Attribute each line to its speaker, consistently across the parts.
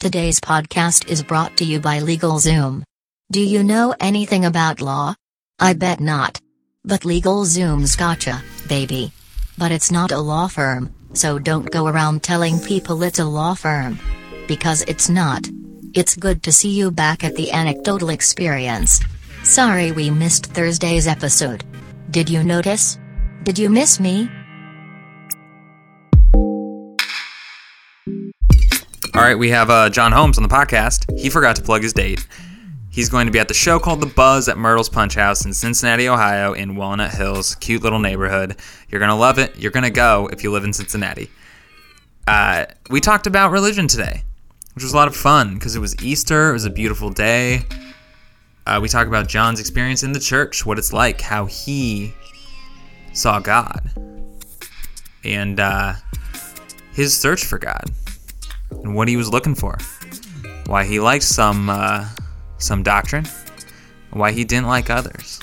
Speaker 1: Today's podcast is brought to you by LegalZoom. Do you know anything about law? I bet not. But LegalZoom's gotcha, baby. But it's not a law firm, so don't go around telling people it's a law firm. Because it's not. It's good to see you back at the anecdotal experience. Sorry we missed Thursday's episode. Did you notice? Did you miss me?
Speaker 2: All right, we have uh, John Holmes on the podcast. He forgot to plug his date. He's going to be at the show called The Buzz at Myrtle's Punch House in Cincinnati, Ohio, in Walnut Hills. Cute little neighborhood. You're going to love it. You're going to go if you live in Cincinnati. Uh, we talked about religion today, which was a lot of fun because it was Easter. It was a beautiful day. Uh, we talk about John's experience in the church, what it's like, how he saw God, and uh, his search for God and what he was looking for, why he liked some uh, some doctrine, why he didn't like others.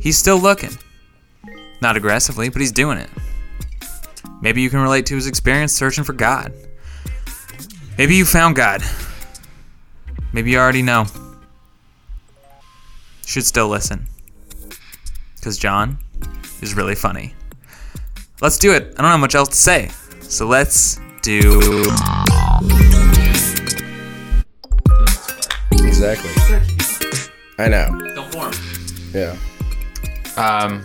Speaker 2: He's still looking, not aggressively, but he's doing it. Maybe you can relate to his experience searching for God. Maybe you found God. Maybe you already know. Should still listen, because John is really funny. Let's do it. I don't have much else to say, so let's do.
Speaker 3: Exactly. I know.
Speaker 4: Don't form.
Speaker 3: Yeah.
Speaker 4: Um,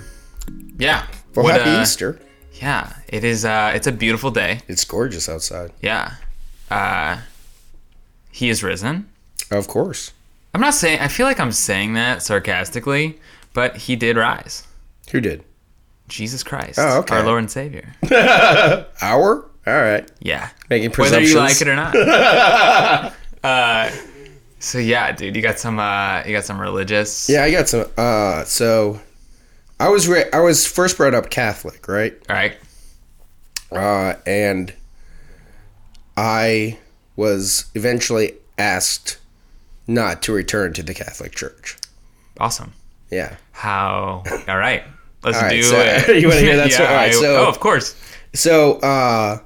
Speaker 4: yeah.
Speaker 3: Well,
Speaker 4: What,
Speaker 3: happy
Speaker 4: uh,
Speaker 3: Easter.
Speaker 4: Yeah, it is. Uh, it's a beautiful day.
Speaker 3: It's gorgeous outside.
Speaker 4: Yeah. Uh, he is risen.
Speaker 3: Of course.
Speaker 4: I'm not saying. I feel like I'm saying that sarcastically, but he did rise.
Speaker 3: Who did?
Speaker 4: Jesus Christ,
Speaker 3: Oh, okay.
Speaker 4: our Lord and Savior.
Speaker 3: Our? All right.
Speaker 4: Yeah.
Speaker 3: Making
Speaker 4: Whether
Speaker 3: presumptions.
Speaker 4: you like it or not. uh, so yeah, dude, you got some. Uh, you got some religious.
Speaker 3: Yeah, I got some. Uh, so I was re- I was first brought up Catholic, right?
Speaker 4: All right.
Speaker 3: Uh, and I was eventually asked not to return to the Catholic Church.
Speaker 4: Awesome.
Speaker 3: Yeah.
Speaker 4: How? All right. Let's
Speaker 3: All right,
Speaker 4: do
Speaker 3: so-
Speaker 4: it.
Speaker 3: you wanna hear that story? All right,
Speaker 4: I-
Speaker 3: so-
Speaker 4: oh, of course.
Speaker 3: So, uh,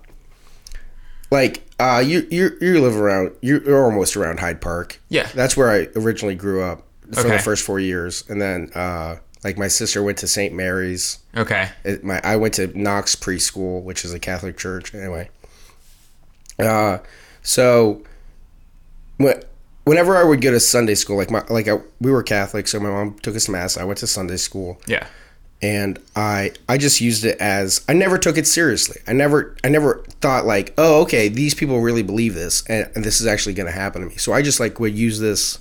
Speaker 3: like, uh, you you you live around you- you're almost around Hyde Park.
Speaker 4: Yeah.
Speaker 3: that's where I originally grew up for the
Speaker 4: Okay.
Speaker 3: first four years, and then uh, like my sister went to St. Mary's.
Speaker 4: Okay.
Speaker 3: It, my I went to Knox Preschool, which is a Catholic church. Anyway, uh, so when, whenever I would go to Sunday school, like my like I, we were Catholic, so my mom took us to mass. I went to Sunday school
Speaker 4: Yeah.
Speaker 3: and I I just used it as I never took it seriously. I never I never thought like, oh okay, these people really believe this, and, and this is actually going to happen to me. So I just like would use this.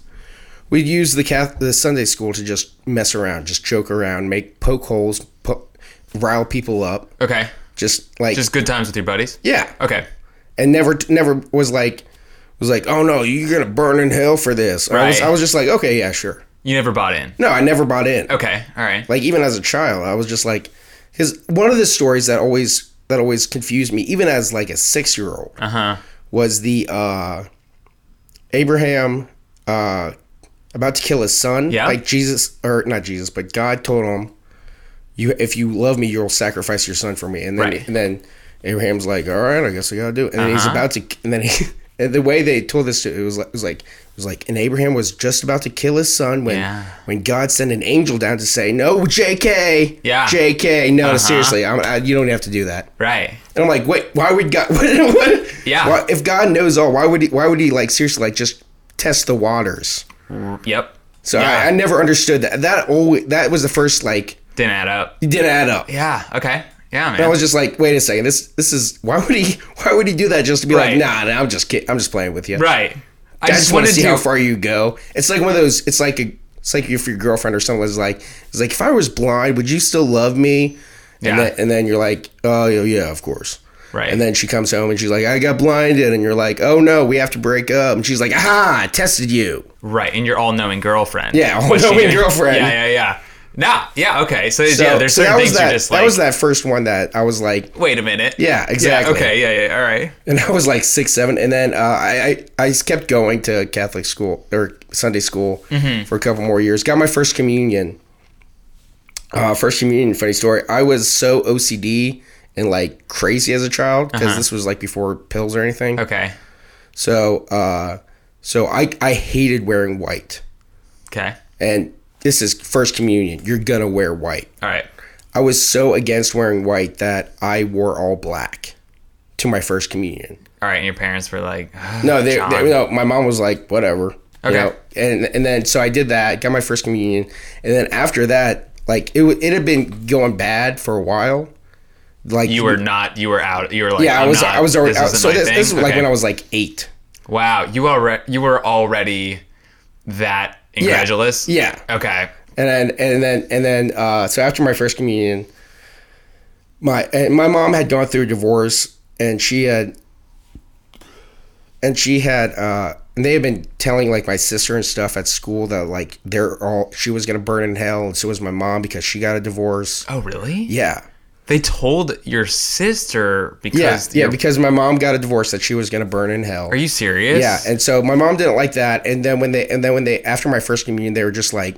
Speaker 3: We'd use the Cath the Sunday school to just mess around, just joke around, make poke holes, po- rile people up,
Speaker 4: Okay.
Speaker 3: just like
Speaker 4: Just good times with your buddies.
Speaker 3: yeah,
Speaker 4: Okay.
Speaker 3: and never never was like was like, oh no, you're gonna burn in hell for this. I was
Speaker 4: Right.
Speaker 3: I was just like, okay, yeah, sure.
Speaker 4: You never bought in.
Speaker 3: No, I never bought in.
Speaker 4: Okay. All right.
Speaker 3: like even as a child i was just like because one of the stories that always that always confused me even as like a six year old
Speaker 4: Uh huh.
Speaker 3: was the uh abraham uh about to kill his son
Speaker 4: Yeah.
Speaker 3: like jesus or not jesus but god told him you if you love me you'll sacrifice your son for me and then
Speaker 4: Right. Uh-huh.
Speaker 3: and then abraham's like all right i guess i gotta do it and then he's about to and then he and the way they told this to it was like it was like it was like and abraham was just about to kill his son when
Speaker 4: Yeah.
Speaker 3: when god sent an angel down to say no jk
Speaker 4: Yeah. Uh-huh.
Speaker 3: jk no seriously I'm, I, you don't have to do that
Speaker 4: Right.
Speaker 3: and I'm like, wait, why would God? What, what,
Speaker 4: Yeah.
Speaker 3: Why, if God knows all, why would he? Why would he like seriously like just test the waters?
Speaker 4: Yep.
Speaker 3: So
Speaker 4: Yeah.
Speaker 3: I, I never understood that. That always that was the first like
Speaker 4: Didn't add up.
Speaker 3: it didn't add up.
Speaker 4: Yeah. Okay. Yeah, man.
Speaker 3: And I was just like, wait a second, this this is why would he? Why would he do that? Just to be
Speaker 4: Right.
Speaker 3: like, nah, nah, I'm just kidding. I'm just playing with you.
Speaker 4: right. I,
Speaker 3: I just want to see how far you go. It's like one of those. It's like a. It's like if your girlfriend or someone's like, it's like if I was blind, would you still love me?
Speaker 4: Yeah.
Speaker 3: And then, and then you're like, oh yeah, yeah, of course.
Speaker 4: Right.
Speaker 3: And then she comes home and she's like, I got blinded. And you're like, oh no, we have to break up. And she's like, aha, I tested you.
Speaker 4: right, and your all-knowing girlfriend.
Speaker 3: Yeah,
Speaker 4: Was she
Speaker 3: all-knowing
Speaker 4: gonna-
Speaker 3: girlfriend.
Speaker 4: Yeah, yeah, yeah. Nah. Yeah. Okay. So, yeah, there's
Speaker 3: so
Speaker 4: certain
Speaker 3: that was
Speaker 4: things
Speaker 3: that,
Speaker 4: you're just like.
Speaker 3: that was that first one that I was like,
Speaker 4: Wait a minute.
Speaker 3: yeah, exactly.
Speaker 4: okay. Yeah. Yeah. All right.
Speaker 3: And I was like six, seven. And then uh, I, I, I kept going to Catholic school or Sunday school for a couple more years. Got my first communion. Uh, first communion, funny story. I was so OCD and like crazy as a child because this was like before pills or anything.
Speaker 4: Okay.
Speaker 3: So uh, so I I hated wearing white,
Speaker 4: Okay.
Speaker 3: and this is first communion. You're gonna wear white.
Speaker 4: All right.
Speaker 3: I was so against wearing white that I wore all black to my first communion.
Speaker 4: All right. And your parents were like,
Speaker 3: No, they,
Speaker 4: John.
Speaker 3: they- no. My mom was like, whatever.
Speaker 4: Okay.
Speaker 3: and and then so I did that, got my first communion, and then after that, like it wa- it had been going bad for a while. Like
Speaker 4: you were not. You were out. You were like,
Speaker 3: yeah. I
Speaker 4: I'm
Speaker 3: was
Speaker 4: not-
Speaker 3: I was already
Speaker 4: This
Speaker 3: out.
Speaker 4: isn't
Speaker 3: so
Speaker 4: my
Speaker 3: this,
Speaker 4: thing.
Speaker 3: this was like
Speaker 4: Okay.
Speaker 3: when I was like eight.
Speaker 4: Wow, you already you were already that incredulous.
Speaker 3: Yeah.
Speaker 4: Okay.
Speaker 3: and then and then and then uh, so after my first communion, my and my mom had gone through a divorce, and she had and she had uh, and they had been telling like my sister and stuff at school that like they're all she was gonna burn in hell, and so was my mom because she got a divorce.
Speaker 4: Oh, really?
Speaker 3: Yeah,
Speaker 4: They told your sister
Speaker 3: yeah,
Speaker 4: because
Speaker 3: yeah,
Speaker 4: you're-
Speaker 3: because my mom got a divorce that she was gonna burn in hell.
Speaker 4: are you serious?
Speaker 3: Yeah, and so my mom didn't like that. And then when they and then when they after my first communion, they were just like,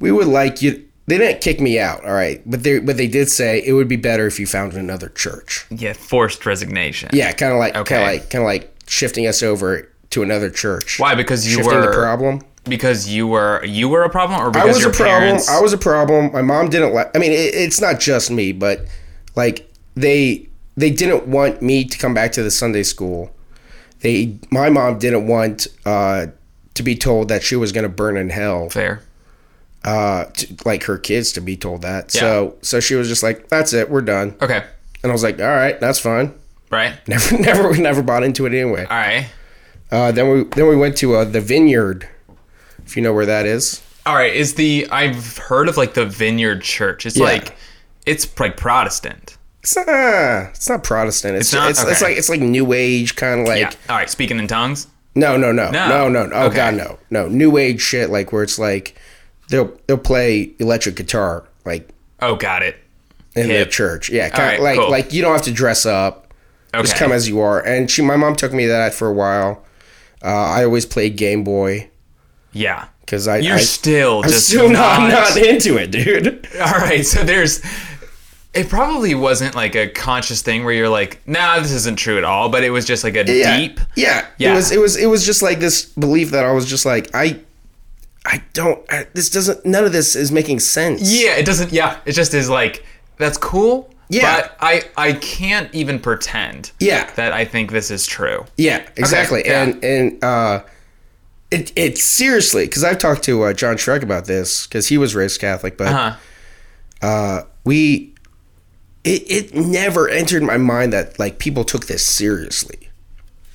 Speaker 3: "We would like you." They didn't kick me out, all right, but they but they did say it would be better if you found another church.
Speaker 4: yeah, forced resignation.
Speaker 3: Yeah, kind of like
Speaker 4: Okay.
Speaker 3: kind of like kind of like shifting us over to another church.
Speaker 4: Why? Because you
Speaker 3: Shifting
Speaker 4: were
Speaker 3: the problem.
Speaker 4: because you were you were a problem, or because
Speaker 3: I was
Speaker 4: your
Speaker 3: a problem.
Speaker 4: parents?
Speaker 3: I was a problem. My mom didn't like. I mean, it, it's not just me, but like they they didn't want me to come back to the Sunday school. They my mom didn't want uh, to be told that she was going to burn in hell.
Speaker 4: fair.
Speaker 3: Uh, to, like her kids to be told that. So so she was just like, "That's it. We're done."
Speaker 4: Okay.
Speaker 3: And I was like, "All right, that's fine."
Speaker 4: Right.
Speaker 3: Never never we never bought into it anyway.
Speaker 4: All right.
Speaker 3: Uh, then we then we went to uh, the vineyard, if you know where that is.
Speaker 4: All right. Is the I've heard of like the Vineyard Church? It's like it's like Protestant.
Speaker 3: It's not. uh, It's not Protestant. It's
Speaker 4: It's not?
Speaker 3: it's, it's
Speaker 4: Okay.
Speaker 3: like it's like New Age kind of like
Speaker 4: Yeah. All right. Speaking in tongues.
Speaker 3: no no no
Speaker 4: No.
Speaker 3: no no no. Oh
Speaker 4: Okay.
Speaker 3: god no no New Age shit like where it's like they'll they'll play electric guitar like
Speaker 4: Oh, got it.
Speaker 3: in
Speaker 4: Hip.
Speaker 3: the church yeah kind
Speaker 4: right,
Speaker 3: like
Speaker 4: cool.
Speaker 3: like you don't have to dress up
Speaker 4: Okay.
Speaker 3: just come as you are and she my mom took me to that for a while. Uh, I always played Game Boy
Speaker 4: yeah.
Speaker 3: because I
Speaker 4: You're
Speaker 3: I,
Speaker 4: still
Speaker 3: I'm
Speaker 4: just
Speaker 3: still not,
Speaker 4: not
Speaker 3: not into it, dude.
Speaker 4: All right, so there's. It probably wasn't like a conscious thing where you're like, nah, this isn't true at all, but it was just like a
Speaker 3: yeah.
Speaker 4: deep.
Speaker 3: Yeah. It
Speaker 4: Yeah.
Speaker 3: was it was it was just like this belief that I was just like I I don't I, this doesn't none of this is making sense.
Speaker 4: Yeah, it doesn't. Yeah, it just is like, that's cool.
Speaker 3: Yeah.
Speaker 4: But I, I can't even pretend
Speaker 3: Yeah.
Speaker 4: that I think this is true.
Speaker 3: Yeah, exactly.
Speaker 4: yeah.
Speaker 3: And and uh it it seriously cuz I've talked to uh, John Shrek about this cuz he was raised Catholic, but
Speaker 4: Uh-huh.
Speaker 3: we it it never entered my mind that like people took this seriously.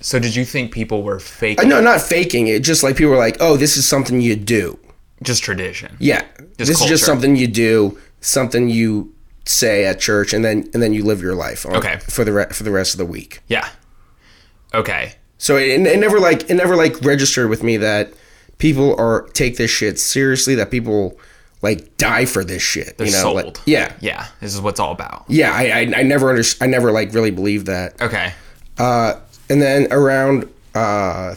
Speaker 4: So did you think people were fake?
Speaker 3: Uh, No, not faking it. Just like people were like, "Oh, this is something you do."
Speaker 4: Just tradition.
Speaker 3: Yeah. this is
Speaker 4: culture.
Speaker 3: just something you do, something you say at church and then and then you live your life on-
Speaker 4: Okay.
Speaker 3: for the re- for the rest of the week.
Speaker 4: Yeah. Okay.
Speaker 3: So it, it never like it never like registered with me that people are take this shit seriously that people like die for this shit, you know? Like,
Speaker 4: sold.
Speaker 3: yeah.
Speaker 4: Yeah. This is what's all about.
Speaker 3: Yeah, I I, I never under, I never like really believed that.
Speaker 4: Okay.
Speaker 3: Uh, and then around uh,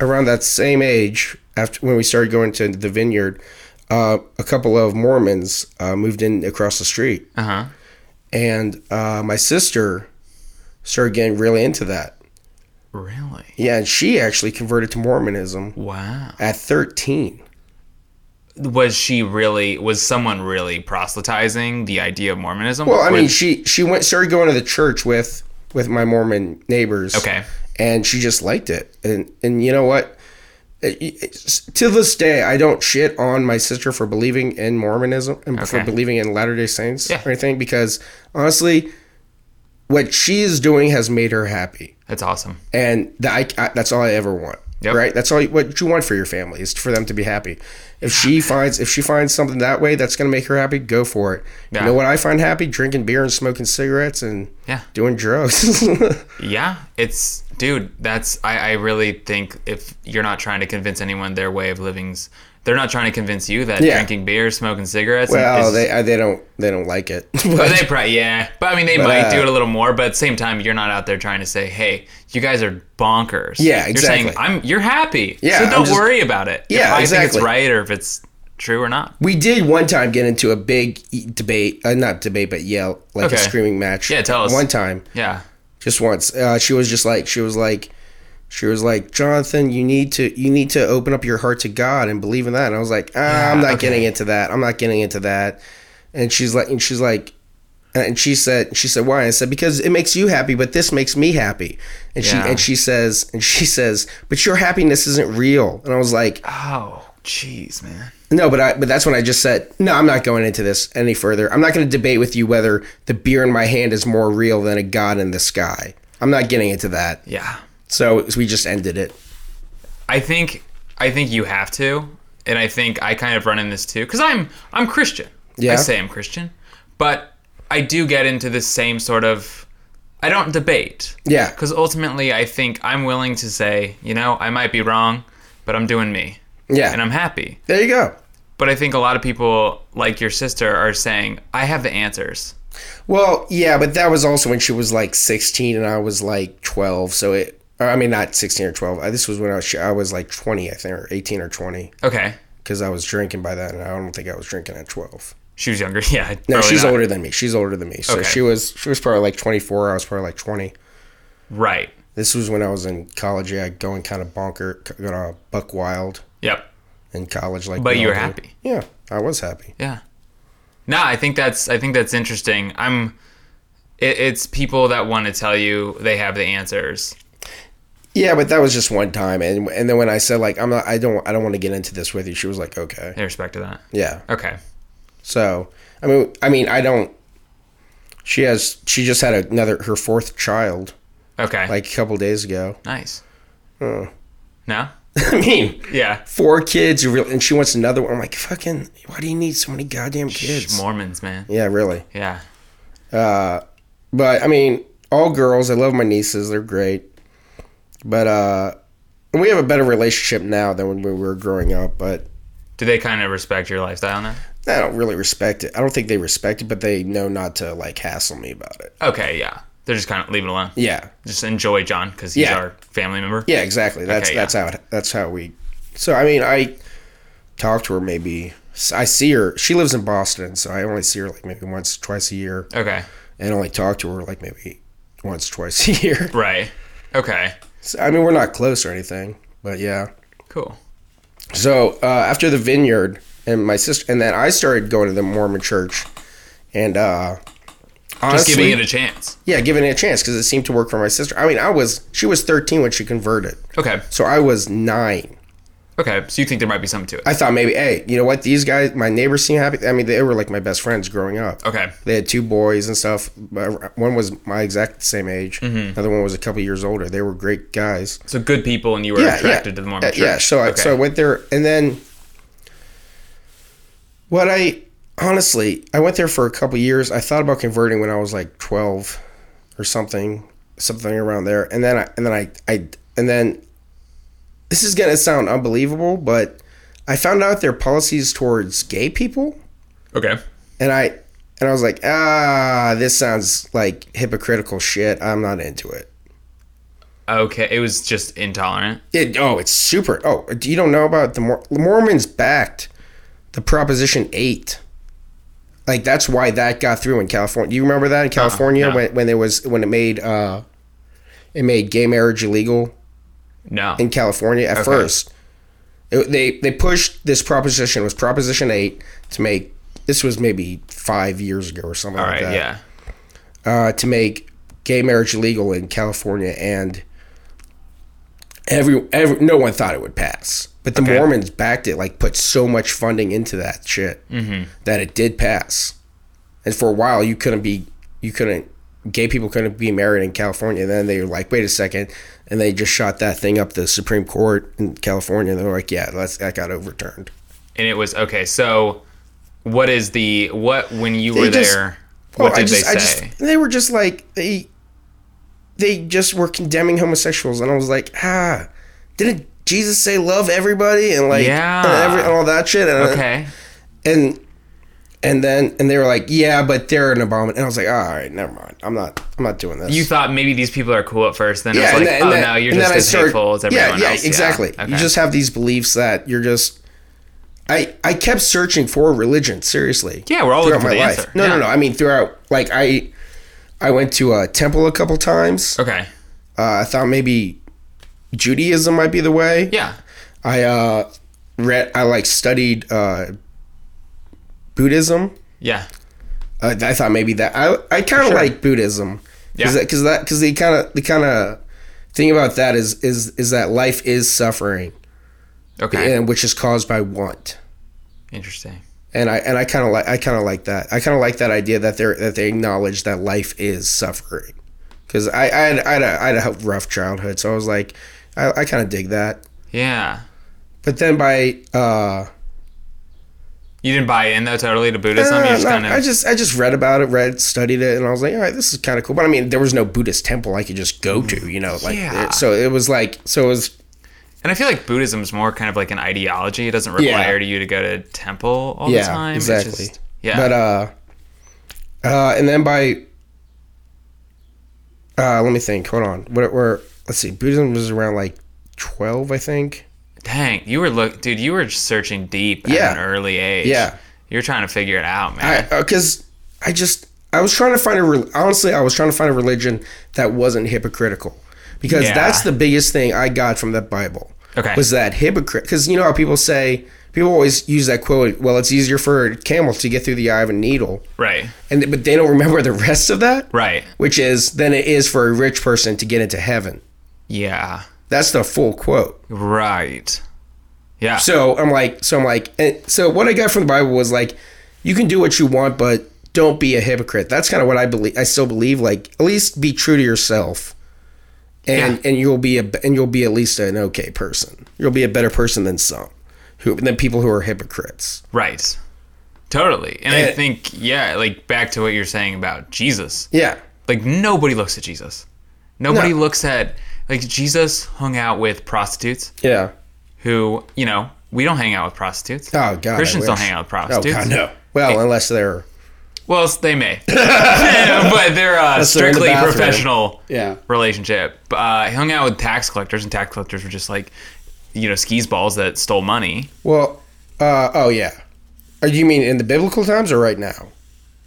Speaker 3: around that same age, after when we started going to the vineyard, uh, a couple of Mormons uh, moved in across the street,
Speaker 4: Uh huh.
Speaker 3: and uh, my sister started getting really into that.
Speaker 4: Really?
Speaker 3: Yeah, and she actually converted to Mormonism
Speaker 4: Wow.
Speaker 3: at thirteen.
Speaker 4: was she really was someone really proselytizing the idea of mormonism
Speaker 3: Well, I mean,
Speaker 4: With-
Speaker 3: she she went started going to the church with with my Mormon neighbors.
Speaker 4: Okay.
Speaker 3: and she just liked it, and and you know what? It- it's- to this day, I don't shit on my sister for believing in Mormonism and for
Speaker 4: Okay.
Speaker 3: believing in Latter Day Saints
Speaker 4: Yeah.
Speaker 3: or anything because honestly, what she is doing has made her happy,
Speaker 4: that's awesome
Speaker 3: and that I, I- that's all I ever want.
Speaker 4: Yep.
Speaker 3: Right? That's all you, what you want for your family is for them to be happy. If she finds if she finds something that way that's going to make her happy, go for it.
Speaker 4: Yeah.
Speaker 3: You know what I find happy? Drinking beer and smoking cigarettes and
Speaker 4: Yeah.
Speaker 3: doing drugs.
Speaker 4: yeah it's dude that's I, I really think if you're not trying to convince anyone their way of living's they're not trying to convince you that
Speaker 3: Yeah.
Speaker 4: drinking beer smoking cigarettes
Speaker 3: well,
Speaker 4: is-
Speaker 3: they I, they don't they don't like it.
Speaker 4: but they probably yeah but i mean they
Speaker 3: But,
Speaker 4: might do
Speaker 3: uh,
Speaker 4: it a little more but at the same time you're not out there trying to say hey you guys are bonkers
Speaker 3: Yeah,
Speaker 4: you're saying
Speaker 3: exactly.
Speaker 4: i'm you're happy
Speaker 3: Yeah,
Speaker 4: so
Speaker 3: I'm
Speaker 4: don't
Speaker 3: just-
Speaker 4: worry about it
Speaker 3: Yeah,
Speaker 4: if i think
Speaker 3: exactly.
Speaker 4: it's right or if it's true or not
Speaker 3: We did one time get into a big e- debate, uh, not debate, but yell like
Speaker 4: Okay.
Speaker 3: a screaming match.
Speaker 4: Yeah, tell us.
Speaker 3: One time,
Speaker 4: yeah
Speaker 3: just once. Uh, she was just like she was like, She was like, Jonathan, you need to you need to open up your heart to God and believe in that. And I was like, ah, I'm not
Speaker 4: okay.
Speaker 3: getting into that. I'm not getting into that. And she's like, and she's like, and she said, she said, why? And I said, because it makes you happy, but this makes me happy. And
Speaker 4: Yeah.
Speaker 3: she and she says, and she says, but your happiness isn't real. And I was like,
Speaker 4: Oh, jeez, man.
Speaker 3: no, but I but that's when I just said, no, I'm not going into this any further. I'm not going to debate with you whether the beer in my hand is more real than a god in the sky. I'm not getting into that.
Speaker 4: Yeah.
Speaker 3: So we just ended it.
Speaker 4: I think I think you have to, and I think I kind of run in this too because I'm I'm Christian.
Speaker 3: Yeah.
Speaker 4: I say I'm Christian, but I do get into this same sort of. I don't debate.
Speaker 3: Yeah.
Speaker 4: Because ultimately, I think I'm willing to say, you know, I might be wrong, but I'm doing me.
Speaker 3: Yeah.
Speaker 4: And I'm happy.
Speaker 3: There you go.
Speaker 4: But I think a lot of people, like your sister, are saying, I have the answers.
Speaker 3: Well, yeah, but that was also when she was like 16 and I was like 12. So it, or, I mean, not 16 or 12. I- This was when I was, I was like 20, I think, or 18 or 20,
Speaker 4: Okay.
Speaker 3: because I was drinking by then, and I don't think I was drinking at 12.
Speaker 4: She was younger. Yeah.
Speaker 3: No,
Speaker 4: probably
Speaker 3: she's
Speaker 4: not.
Speaker 3: older than me. She's older than me. So
Speaker 4: Okay.
Speaker 3: she was she was probably like 24. I was probably like 20.
Speaker 4: Right.
Speaker 3: This was when I was in college. Yeah, going kind of bonker, going uh, buck wild
Speaker 4: Yep.
Speaker 3: in college. Like,
Speaker 4: But
Speaker 3: we
Speaker 4: you were
Speaker 3: all do.
Speaker 4: happy.
Speaker 3: Yeah, I was happy.
Speaker 4: Yeah. No, I think that's I think that's interesting. I'm it, it's people that want to tell you they have the answers.
Speaker 3: Yeah, but that was just one time, and and then when I said like I'm not, I don't, I don't want to get into this with you. She was like, okay,
Speaker 4: They respect to that.
Speaker 3: yeah.
Speaker 4: Okay.
Speaker 3: So I mean, I mean, I don't. She has. She just had another her fourth child
Speaker 4: Okay.
Speaker 3: like a couple days ago.
Speaker 4: nice. No?
Speaker 3: I mean,
Speaker 4: Yeah.
Speaker 3: four kids, you real- and she wants another one. I'm like, fucking. Why do you need so many goddamn kids?
Speaker 4: Mormons, man.
Speaker 3: Yeah, really. Uh,
Speaker 4: Yeah.
Speaker 3: But I mean, all girls. I love my nieces. They're great. But uh, we have a better relationship now than when we were growing up. But
Speaker 4: Do they kind of respect your lifestyle now?
Speaker 3: I don't really respect it. I don't think they respect it, but they know not to like hassle me about it.
Speaker 4: Okay, yeah. They're just kind of leave it alone.
Speaker 3: Yeah.
Speaker 4: Just enjoy John because he's
Speaker 3: Yeah.
Speaker 4: our family member.
Speaker 3: Yeah, exactly. That's
Speaker 4: Okay, yeah.
Speaker 3: that's how it, that's how we. So I mean, I talk to her maybe. I see her. She lives in Boston, so I only see her like maybe once, twice a year,
Speaker 4: Okay.
Speaker 3: and only talk to her like maybe once, twice a year.
Speaker 4: Right. Okay.
Speaker 3: So, I mean, we're not close or anything, but yeah.
Speaker 4: Cool.
Speaker 3: So uh, after the vineyard and my sister, and then I started going to the Mormon church, and uh,
Speaker 4: Just
Speaker 3: honestly,
Speaker 4: giving it a chance.
Speaker 3: yeah, giving it a chance because it seemed to work for my sister. I mean, I was she was thirteen when she converted,
Speaker 4: Okay.
Speaker 3: so I was nine.
Speaker 4: Okay. So you think there might be something to it?
Speaker 3: I thought maybe, hey, you know what? These guys, my neighbors seem happy. I mean, they were like my best friends growing up.
Speaker 4: Okay.
Speaker 3: They had two boys and stuff. But One was my exact same age. Another one was a couple years older. They were great guys.
Speaker 4: So good people and you were attracted to the Mormon
Speaker 3: Uh,
Speaker 4: church.
Speaker 3: Yeah. So I,
Speaker 4: Okay.
Speaker 3: so I went there, and then what I honestly, I went there for a couple years. I thought about converting when I was like twelve or something, something around there, and then I and then I I and then this is gonna sound unbelievable, but I found out their policies towards gay people
Speaker 4: Okay.
Speaker 3: and I and I was like, ah, this sounds like hypocritical shit. I'm not into it.
Speaker 4: Okay, it was just intolerant.
Speaker 3: It, oh, it's super. Oh, you don't know about the Mor- Mormons backed the Proposition Eight. Like that's why that got through in California. You remember that in
Speaker 4: Uh-huh,
Speaker 3: California
Speaker 4: no.
Speaker 3: when when there was when it made uh, it made gay marriage illegal
Speaker 4: No.
Speaker 3: in California at first. It- they they pushed this proposition it was Proposition Eight to make this was maybe five years ago or something
Speaker 4: All
Speaker 3: like
Speaker 4: right,
Speaker 3: that.
Speaker 4: yeah.
Speaker 3: uh, to make gay marriage illegal in California, and every, every no one thought it would pass. But the Mormons backed it, like put so much funding into that shit that it did pass. And for a while, you couldn't be, you couldn't, gay people couldn't be married in California. And then they were like, wait a second, and they just shot that thing up the Supreme Court in California. And they were like, yeah, that's, that got overturned.
Speaker 4: And it was okay. So, what is the what when you were
Speaker 3: just-
Speaker 4: there?
Speaker 3: Well,
Speaker 4: What did they say?
Speaker 3: just, they were just like they they just were condemning homosexuals, and I was like, ah, didn't Jesus say love everybody and like
Speaker 4: Yeah.
Speaker 3: and every, and all that shit? And,
Speaker 4: okay.
Speaker 3: and and then and they were like, yeah, but they're an abomination. And I was like, all right, never mind. I'm not. I'm not doing this.
Speaker 4: You thought maybe these people are cool at first, then
Speaker 3: yeah,
Speaker 4: it was like,
Speaker 3: and then,
Speaker 4: oh
Speaker 3: and then,
Speaker 4: no, you're
Speaker 3: and
Speaker 4: just
Speaker 3: then I
Speaker 4: as
Speaker 3: started-
Speaker 4: hateful as everyone
Speaker 3: yeah,
Speaker 4: else.
Speaker 3: Yeah, exactly.
Speaker 4: Okay.
Speaker 3: You just have these beliefs that you're just. I, I kept searching for religion seriously.
Speaker 4: Yeah, we're all looking
Speaker 3: throughout
Speaker 4: for
Speaker 3: my
Speaker 4: the
Speaker 3: life.
Speaker 4: answer.
Speaker 3: No, no,
Speaker 4: Yeah.
Speaker 3: no. I mean, throughout like I, I went to a temple a couple times.
Speaker 4: okay.
Speaker 3: Uh, I thought maybe Judaism might be the way.
Speaker 4: Yeah.
Speaker 3: I uh read I like studied uh Buddhism.
Speaker 4: Yeah.
Speaker 3: I, I thought maybe that I I kind of like Buddhism because
Speaker 4: Yeah.
Speaker 3: because that because the kind of the kind of thing about that is is is that life is suffering
Speaker 4: Okay.
Speaker 3: and which is caused by want
Speaker 4: Interesting.
Speaker 3: and I and I kind of like I kind of like that I kind of like that idea that they are that they acknowledge that life is suffering because I I had, I, had a, I had a rough childhood so I was like I, I kind of dig that
Speaker 4: Yeah.
Speaker 3: but then by uh
Speaker 4: You didn't buy in though totally to Buddhism. you
Speaker 3: Uh,
Speaker 4: just
Speaker 3: no,
Speaker 4: kind of
Speaker 3: I just I just read about it, read, studied it, and I was like, all right, this is kind of cool. But I mean, there was no Buddhist temple I could just go to, you know, like
Speaker 4: Mm, Yeah.
Speaker 3: so it was like so it was
Speaker 4: And I feel like Buddhism is more kind of like an ideology. It doesn't require you to go to temple all
Speaker 3: yeah
Speaker 4: the time. It's
Speaker 3: exactly
Speaker 4: just- yeah.
Speaker 3: But uh, uh, and then by uh, let me think. Hold on, what were let's see, Buddhism was around like twelve, I think.
Speaker 4: Dang, you were look, dude. You were searching deep at
Speaker 3: Yeah.
Speaker 4: an early age.
Speaker 3: Yeah.
Speaker 4: You're trying to figure it out, man.
Speaker 3: I because I just I was trying to find a re- honestly I was trying to find a religion that wasn't hypocritical because
Speaker 4: Yeah.
Speaker 3: that's the biggest thing I got from the Bible.
Speaker 4: Okay.
Speaker 3: was that hypocrite? Because you know how people say people always use that quote. Well, it's easier for a camel to get through the eye of a needle,
Speaker 4: right.
Speaker 3: and but they don't remember the rest of that,
Speaker 4: Right.
Speaker 3: Which is than it is for a rich person to get into heaven.
Speaker 4: Yeah.
Speaker 3: That's the full quote.
Speaker 4: Right. Yeah.
Speaker 3: So I'm like, so I'm like, and so what I got from the Bible was like, you can do what you want, but don't be a hypocrite. That's kind of what I believe. I still believe, like, at least be true to yourself, and and you'll be a and you'll be at least an okay person. You'll be a better person than some, who than people who are hypocrites.
Speaker 4: right. Totally. And I
Speaker 3: Eh.
Speaker 4: think, yeah, like back to what you're saying about Jesus.
Speaker 3: Yeah,
Speaker 4: Like nobody looks at Jesus. Nobody
Speaker 3: No.
Speaker 4: looks at like Jesus hung out with prostitutes
Speaker 3: yeah.
Speaker 4: who, you know, we don't hang out with prostitutes.
Speaker 3: Oh God, I
Speaker 4: Christians don't
Speaker 3: wish.
Speaker 4: hang out with
Speaker 3: Oh
Speaker 4: prostitutes.
Speaker 3: God, no. Well, unless they're
Speaker 4: Well, s- they may, but they're uh,
Speaker 3: they're in the
Speaker 4: strictly
Speaker 3: bathroom.
Speaker 4: professional
Speaker 3: Yeah.
Speaker 4: relationship. Uh, I hung out with tax collectors, and tax collectors were just like, you know, skis balls that stole money.
Speaker 3: well. Uh, oh yeah. Are you mean in the biblical times or right now?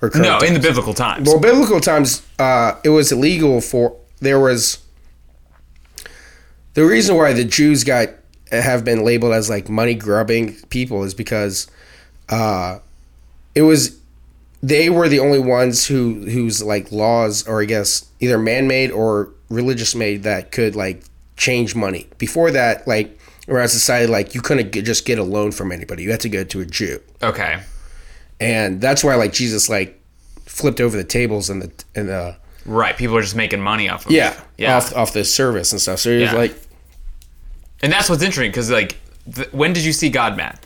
Speaker 3: Or current
Speaker 4: No, in the biblical times.
Speaker 3: Well, biblical times, uh, it was illegal for there was the reason why the Jews got have been labeled as like money grubbing people is because uh, it was they were the only ones who whose like laws or I guess either man made or religious made that could like change money. Before that, like around society, like you couldn't get, just get a loan from anybody. You had to go to a Jew
Speaker 4: okay,
Speaker 3: and that's why like Jesus like flipped over the tables and the and the
Speaker 4: right. People are just making money off of
Speaker 3: yeah,
Speaker 4: yeah,
Speaker 3: off off the service and stuff. So he was
Speaker 4: Yeah.
Speaker 3: like,
Speaker 4: and that's what's interesting because like, th- when did you see God mad?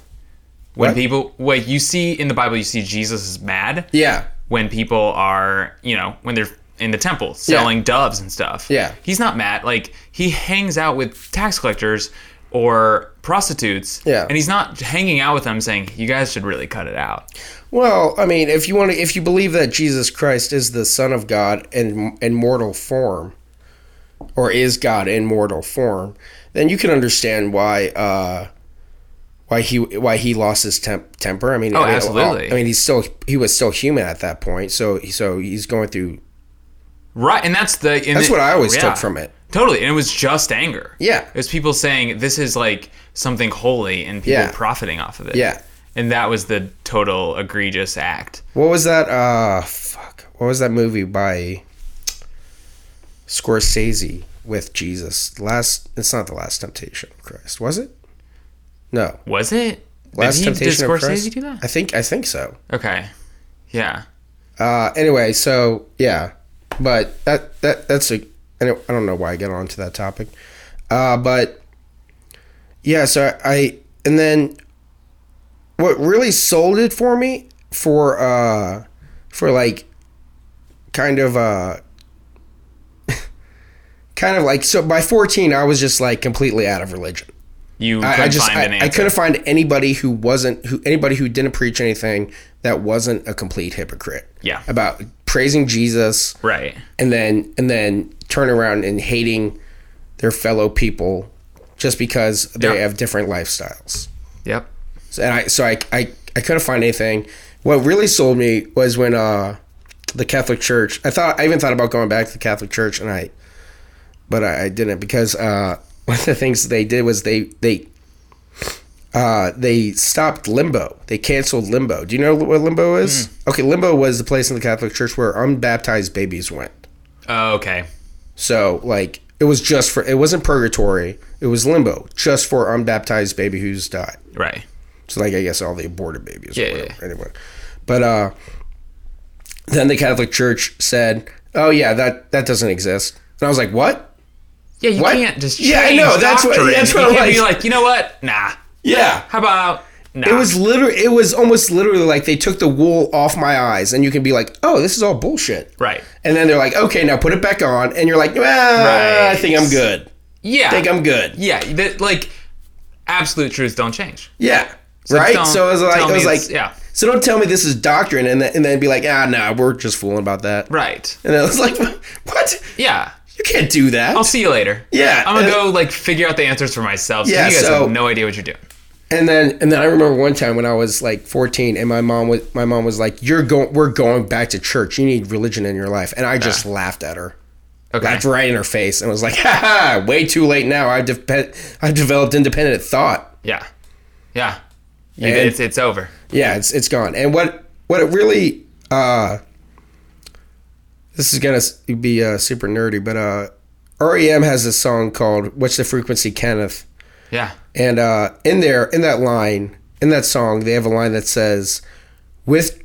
Speaker 4: When
Speaker 3: What?
Speaker 4: people wait, you see in the Bible, you see Jesus is mad
Speaker 3: yeah,
Speaker 4: when people are, you know, when they're in the temple selling doves and stuff.
Speaker 3: Yeah.
Speaker 4: He's not mad. Like, he hangs out with tax collectors or prostitutes.
Speaker 3: Yeah.
Speaker 4: And he's not hanging out with them saying, you guys should really cut it out.
Speaker 3: well, I mean, if you want to, if you believe that Jesus Christ is the Son of God in in mortal form, or is God in mortal form, then you can understand why. uh why he why he lost his temp- temper? I mean, I mean,
Speaker 4: Oh, absolutely.
Speaker 3: I mean, he's still he was still human at that point, so so he's going through.
Speaker 4: Right. And that's the. And
Speaker 3: That's
Speaker 4: the-
Speaker 3: what I always
Speaker 4: yeah.
Speaker 3: took from it.
Speaker 4: Totally. And it was just anger.
Speaker 3: Yeah.
Speaker 4: It was people saying, this is like something holy and people
Speaker 3: Yeah.
Speaker 4: profiting off of it.
Speaker 3: Yeah.
Speaker 4: And that was the total egregious act.
Speaker 3: What was that? Uh, fuck. What was that movie by Scorsese with Jesus? Last. It's not the Last Temptation of Christ, was it? No.
Speaker 4: Was it? did,
Speaker 3: Last
Speaker 4: he, did
Speaker 3: Temptation of Christ.
Speaker 4: Scorsese do that?
Speaker 3: I think. I think so.
Speaker 4: Okay. Yeah.
Speaker 3: Uh, anyway, so yeah, but that that that's a. I don't, I don't know why I get onto that topic, uh, but yeah. So I and then what really sold it for me for uh for like kind of uh kind of like so by 14 I was just like completely out of religion.
Speaker 4: You couldn't
Speaker 3: I, I just
Speaker 4: find an
Speaker 3: I,
Speaker 4: answer.
Speaker 3: I couldn't find anybody who wasn't who anybody who didn't preach anything that wasn't a complete hypocrite.
Speaker 4: Yeah.
Speaker 3: About praising Jesus
Speaker 4: Right.
Speaker 3: and then and then turn around and hating their fellow people just because they
Speaker 4: Yeah.
Speaker 3: have different lifestyles.
Speaker 4: Yep.
Speaker 3: So, and I so I, I I couldn't find anything. What really sold me was when uh the Catholic Church. I thought I even thought about going back to the Catholic Church, and I, but I, I didn't because uh one of the things they did was they they uh, they stopped limbo. They canceled limbo. Do you know what limbo is? Okay, limbo was the place in the Catholic Church where unbaptized babies went.
Speaker 4: Oh, okay.
Speaker 3: So like it was just for it wasn't purgatory. It was limbo, just for unbaptized baby who's died.
Speaker 4: Right.
Speaker 3: So like I guess all the aborted babies.
Speaker 4: Yeah,
Speaker 3: or whatever. Anyway, but uh, then the Catholic Church said, "Oh yeah, that that doesn't exist." And I was like, "What?
Speaker 4: Yeah, you
Speaker 3: What?
Speaker 4: can't just change
Speaker 3: Yeah, I know, that's what-
Speaker 4: doctrine.
Speaker 3: that's what
Speaker 4: you
Speaker 3: I'm
Speaker 4: can't be
Speaker 3: like-
Speaker 4: like, you know what? Nah.
Speaker 3: Yeah."
Speaker 4: How about nah?
Speaker 3: It was literally, it was almost literally like they took the wool off my eyes, and you can be like, "Oh, this is all bullshit."
Speaker 4: right.
Speaker 3: And then they're like, "Okay, now put it back on," and you're like, "Well, I
Speaker 4: Right.
Speaker 3: think I'm good.
Speaker 4: Yeah.
Speaker 3: I think I'm good."
Speaker 4: yeah. That, like absolute truths don't change.
Speaker 3: Yeah, right.
Speaker 4: don't
Speaker 3: So I was like,
Speaker 4: tell
Speaker 3: I
Speaker 4: me
Speaker 3: was
Speaker 4: it's-
Speaker 3: like,
Speaker 4: yeah.
Speaker 3: So don't tell me this is doctrine, and then, and then be like, "Ah, nah, we're just fooling about that."
Speaker 4: Right.
Speaker 3: And I was like, "What?
Speaker 4: Yeah.
Speaker 3: You can't do that."
Speaker 4: I'll see you later.
Speaker 3: Yeah,
Speaker 4: I'm gonna
Speaker 3: uh,
Speaker 4: go like figure out the answers for myself. So
Speaker 3: Yeah,
Speaker 4: you guys
Speaker 3: so-
Speaker 4: have no idea what you're doing.
Speaker 3: And then and then I remember one time when I was like 14 and my mom was my mom was like you're going we're going back to church. You need religion in your life. And I just laughed at her.
Speaker 4: Okay.
Speaker 3: Laughed right in her face and was like, "Ha ha, way too late now. I de- I developed independent thought.
Speaker 4: Yeah. Yeah. You-
Speaker 3: And-
Speaker 4: it's it's over.
Speaker 3: Yeah, it's it's gone." And what what it really uh this is going to be uh, super nerdy, but uh REM has a song called What's the Frequency Kenneth?
Speaker 4: Yeah.
Speaker 3: And uh, in there, in that line, in that song, they have a line that says, "With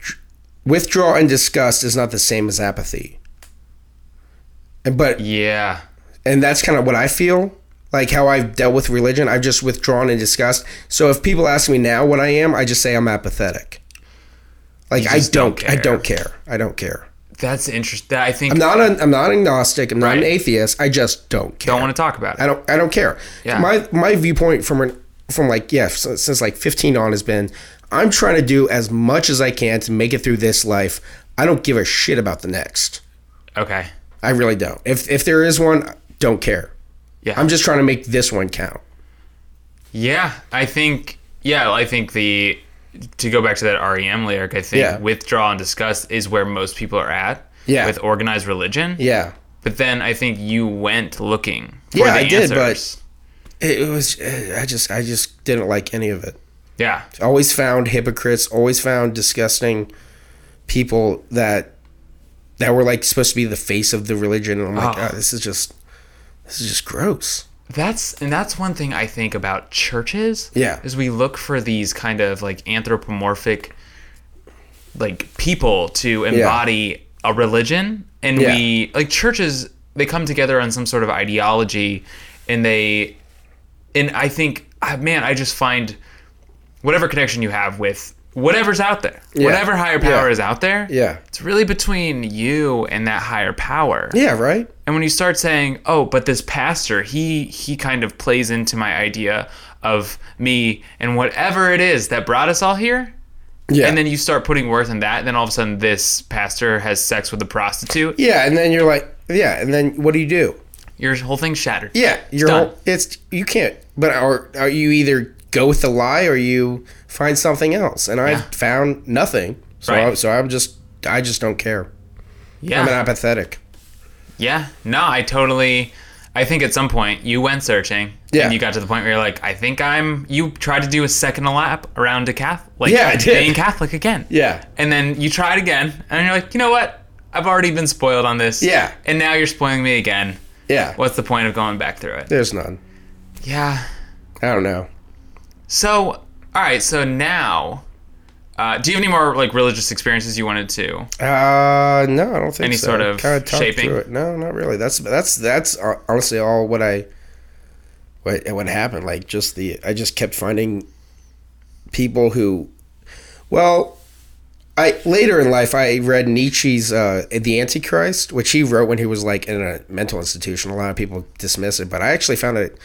Speaker 3: withdraw and disgust is not the same as apathy." And but
Speaker 4: Yeah.
Speaker 3: and that's kind of what I feel like how I've dealt with religion. I've just withdrawn and disgust. So if people ask me now what I am, I just say I'm apathetic. Like I
Speaker 4: just
Speaker 3: don't,
Speaker 4: don't
Speaker 3: I
Speaker 4: care.
Speaker 3: don't care. I don't care.
Speaker 4: That's interesting. I think
Speaker 3: I'm not. An, I'm not agnostic. I'm not an
Speaker 4: Right.
Speaker 3: atheist. I just don't care.
Speaker 4: don't want to talk about it.
Speaker 3: I don't I don't care.
Speaker 4: Yeah.
Speaker 3: My my viewpoint from an, from like yeah since, since like 15 on has been I'm trying to do as much as I can to make it through this life. I don't give a shit about the next.
Speaker 4: Okay.
Speaker 3: I really don't. If if there is one, don't care.
Speaker 4: Yeah.
Speaker 3: I'm just trying to make this one count.
Speaker 4: Yeah, I think yeah, I think the to go back to that REM lyric, I think
Speaker 3: Yeah.
Speaker 4: withdrawal and disgust is where most people are at.
Speaker 3: Yeah.
Speaker 4: With organized religion.
Speaker 3: Yeah.
Speaker 4: But then I think you went looking for
Speaker 3: Yeah,
Speaker 4: the
Speaker 3: I did,
Speaker 4: answers.
Speaker 3: but- It, it was I just I just didn't like any of it.
Speaker 4: yeah.
Speaker 3: Always found hypocrites, always found disgusting people that that were like supposed to be the face of the religion and I'm like,
Speaker 4: Ah.
Speaker 3: "Oh, this is just this is just gross.
Speaker 4: That's and that's one thing I think about churches.
Speaker 3: Yeah.
Speaker 4: Is we look for these kind of like anthropomorphic like people to embody a religion and
Speaker 3: Yeah.
Speaker 4: we like churches they come together on some sort of ideology and they and I think ah, man, I just find whatever connection you have with whatever's out there. Whatever higher power
Speaker 3: Yeah.
Speaker 4: is out there.
Speaker 3: Yeah.
Speaker 4: It's really between you and that higher power.
Speaker 3: Yeah, right?
Speaker 4: And when you start saying, "Oh, but this pastor, he he kind of plays into my idea of me and whatever it is that brought us all here,"
Speaker 3: Yeah.
Speaker 4: and then you start putting worth in that, and then all of a sudden this pastor has sex with a prostitute,
Speaker 3: yeah, and then you're like, yeah, and then what do you do?
Speaker 4: your whole thing's shattered.
Speaker 3: Yeah, your
Speaker 4: done.
Speaker 3: whole it's you can't. But are are you either go with the lie or you find something else? And I
Speaker 4: Yeah.
Speaker 3: found nothing. So
Speaker 4: Right.
Speaker 3: I, so I'm just I just don't care.
Speaker 4: yeah,
Speaker 3: I'm an apathetic.
Speaker 4: yeah. No, I totally. I think at some point you went searching,
Speaker 3: Yeah.
Speaker 4: and you got to the point where you're like, "I think I'm." You tried to do a second lap around to Catholic, like
Speaker 3: Yeah, I did.
Speaker 4: being Catholic again.
Speaker 3: Yeah.
Speaker 4: And then you try it again, and you're like, you know what? I've already been spoiled on this.
Speaker 3: Yeah.
Speaker 4: And now you're spoiling me again.
Speaker 3: Yeah.
Speaker 4: What's the point of going back through it?
Speaker 3: There's none.
Speaker 4: Yeah.
Speaker 3: I don't know.
Speaker 4: So, all right. So now, uh, do you have any more like religious experiences you wanted to?
Speaker 3: Uh no, I don't think
Speaker 4: Any
Speaker 3: so.
Speaker 4: sort of
Speaker 3: Kinda talked
Speaker 4: shaping?
Speaker 3: through it. No, not really. That's that's that's uh, honestly all what I what what happened. Like just the I just kept finding people who, well, I later in life I read Nietzsche's uh, The Antichrist, which he wrote when he was like in a mental institution. A lot of people dismiss it, but I actually found it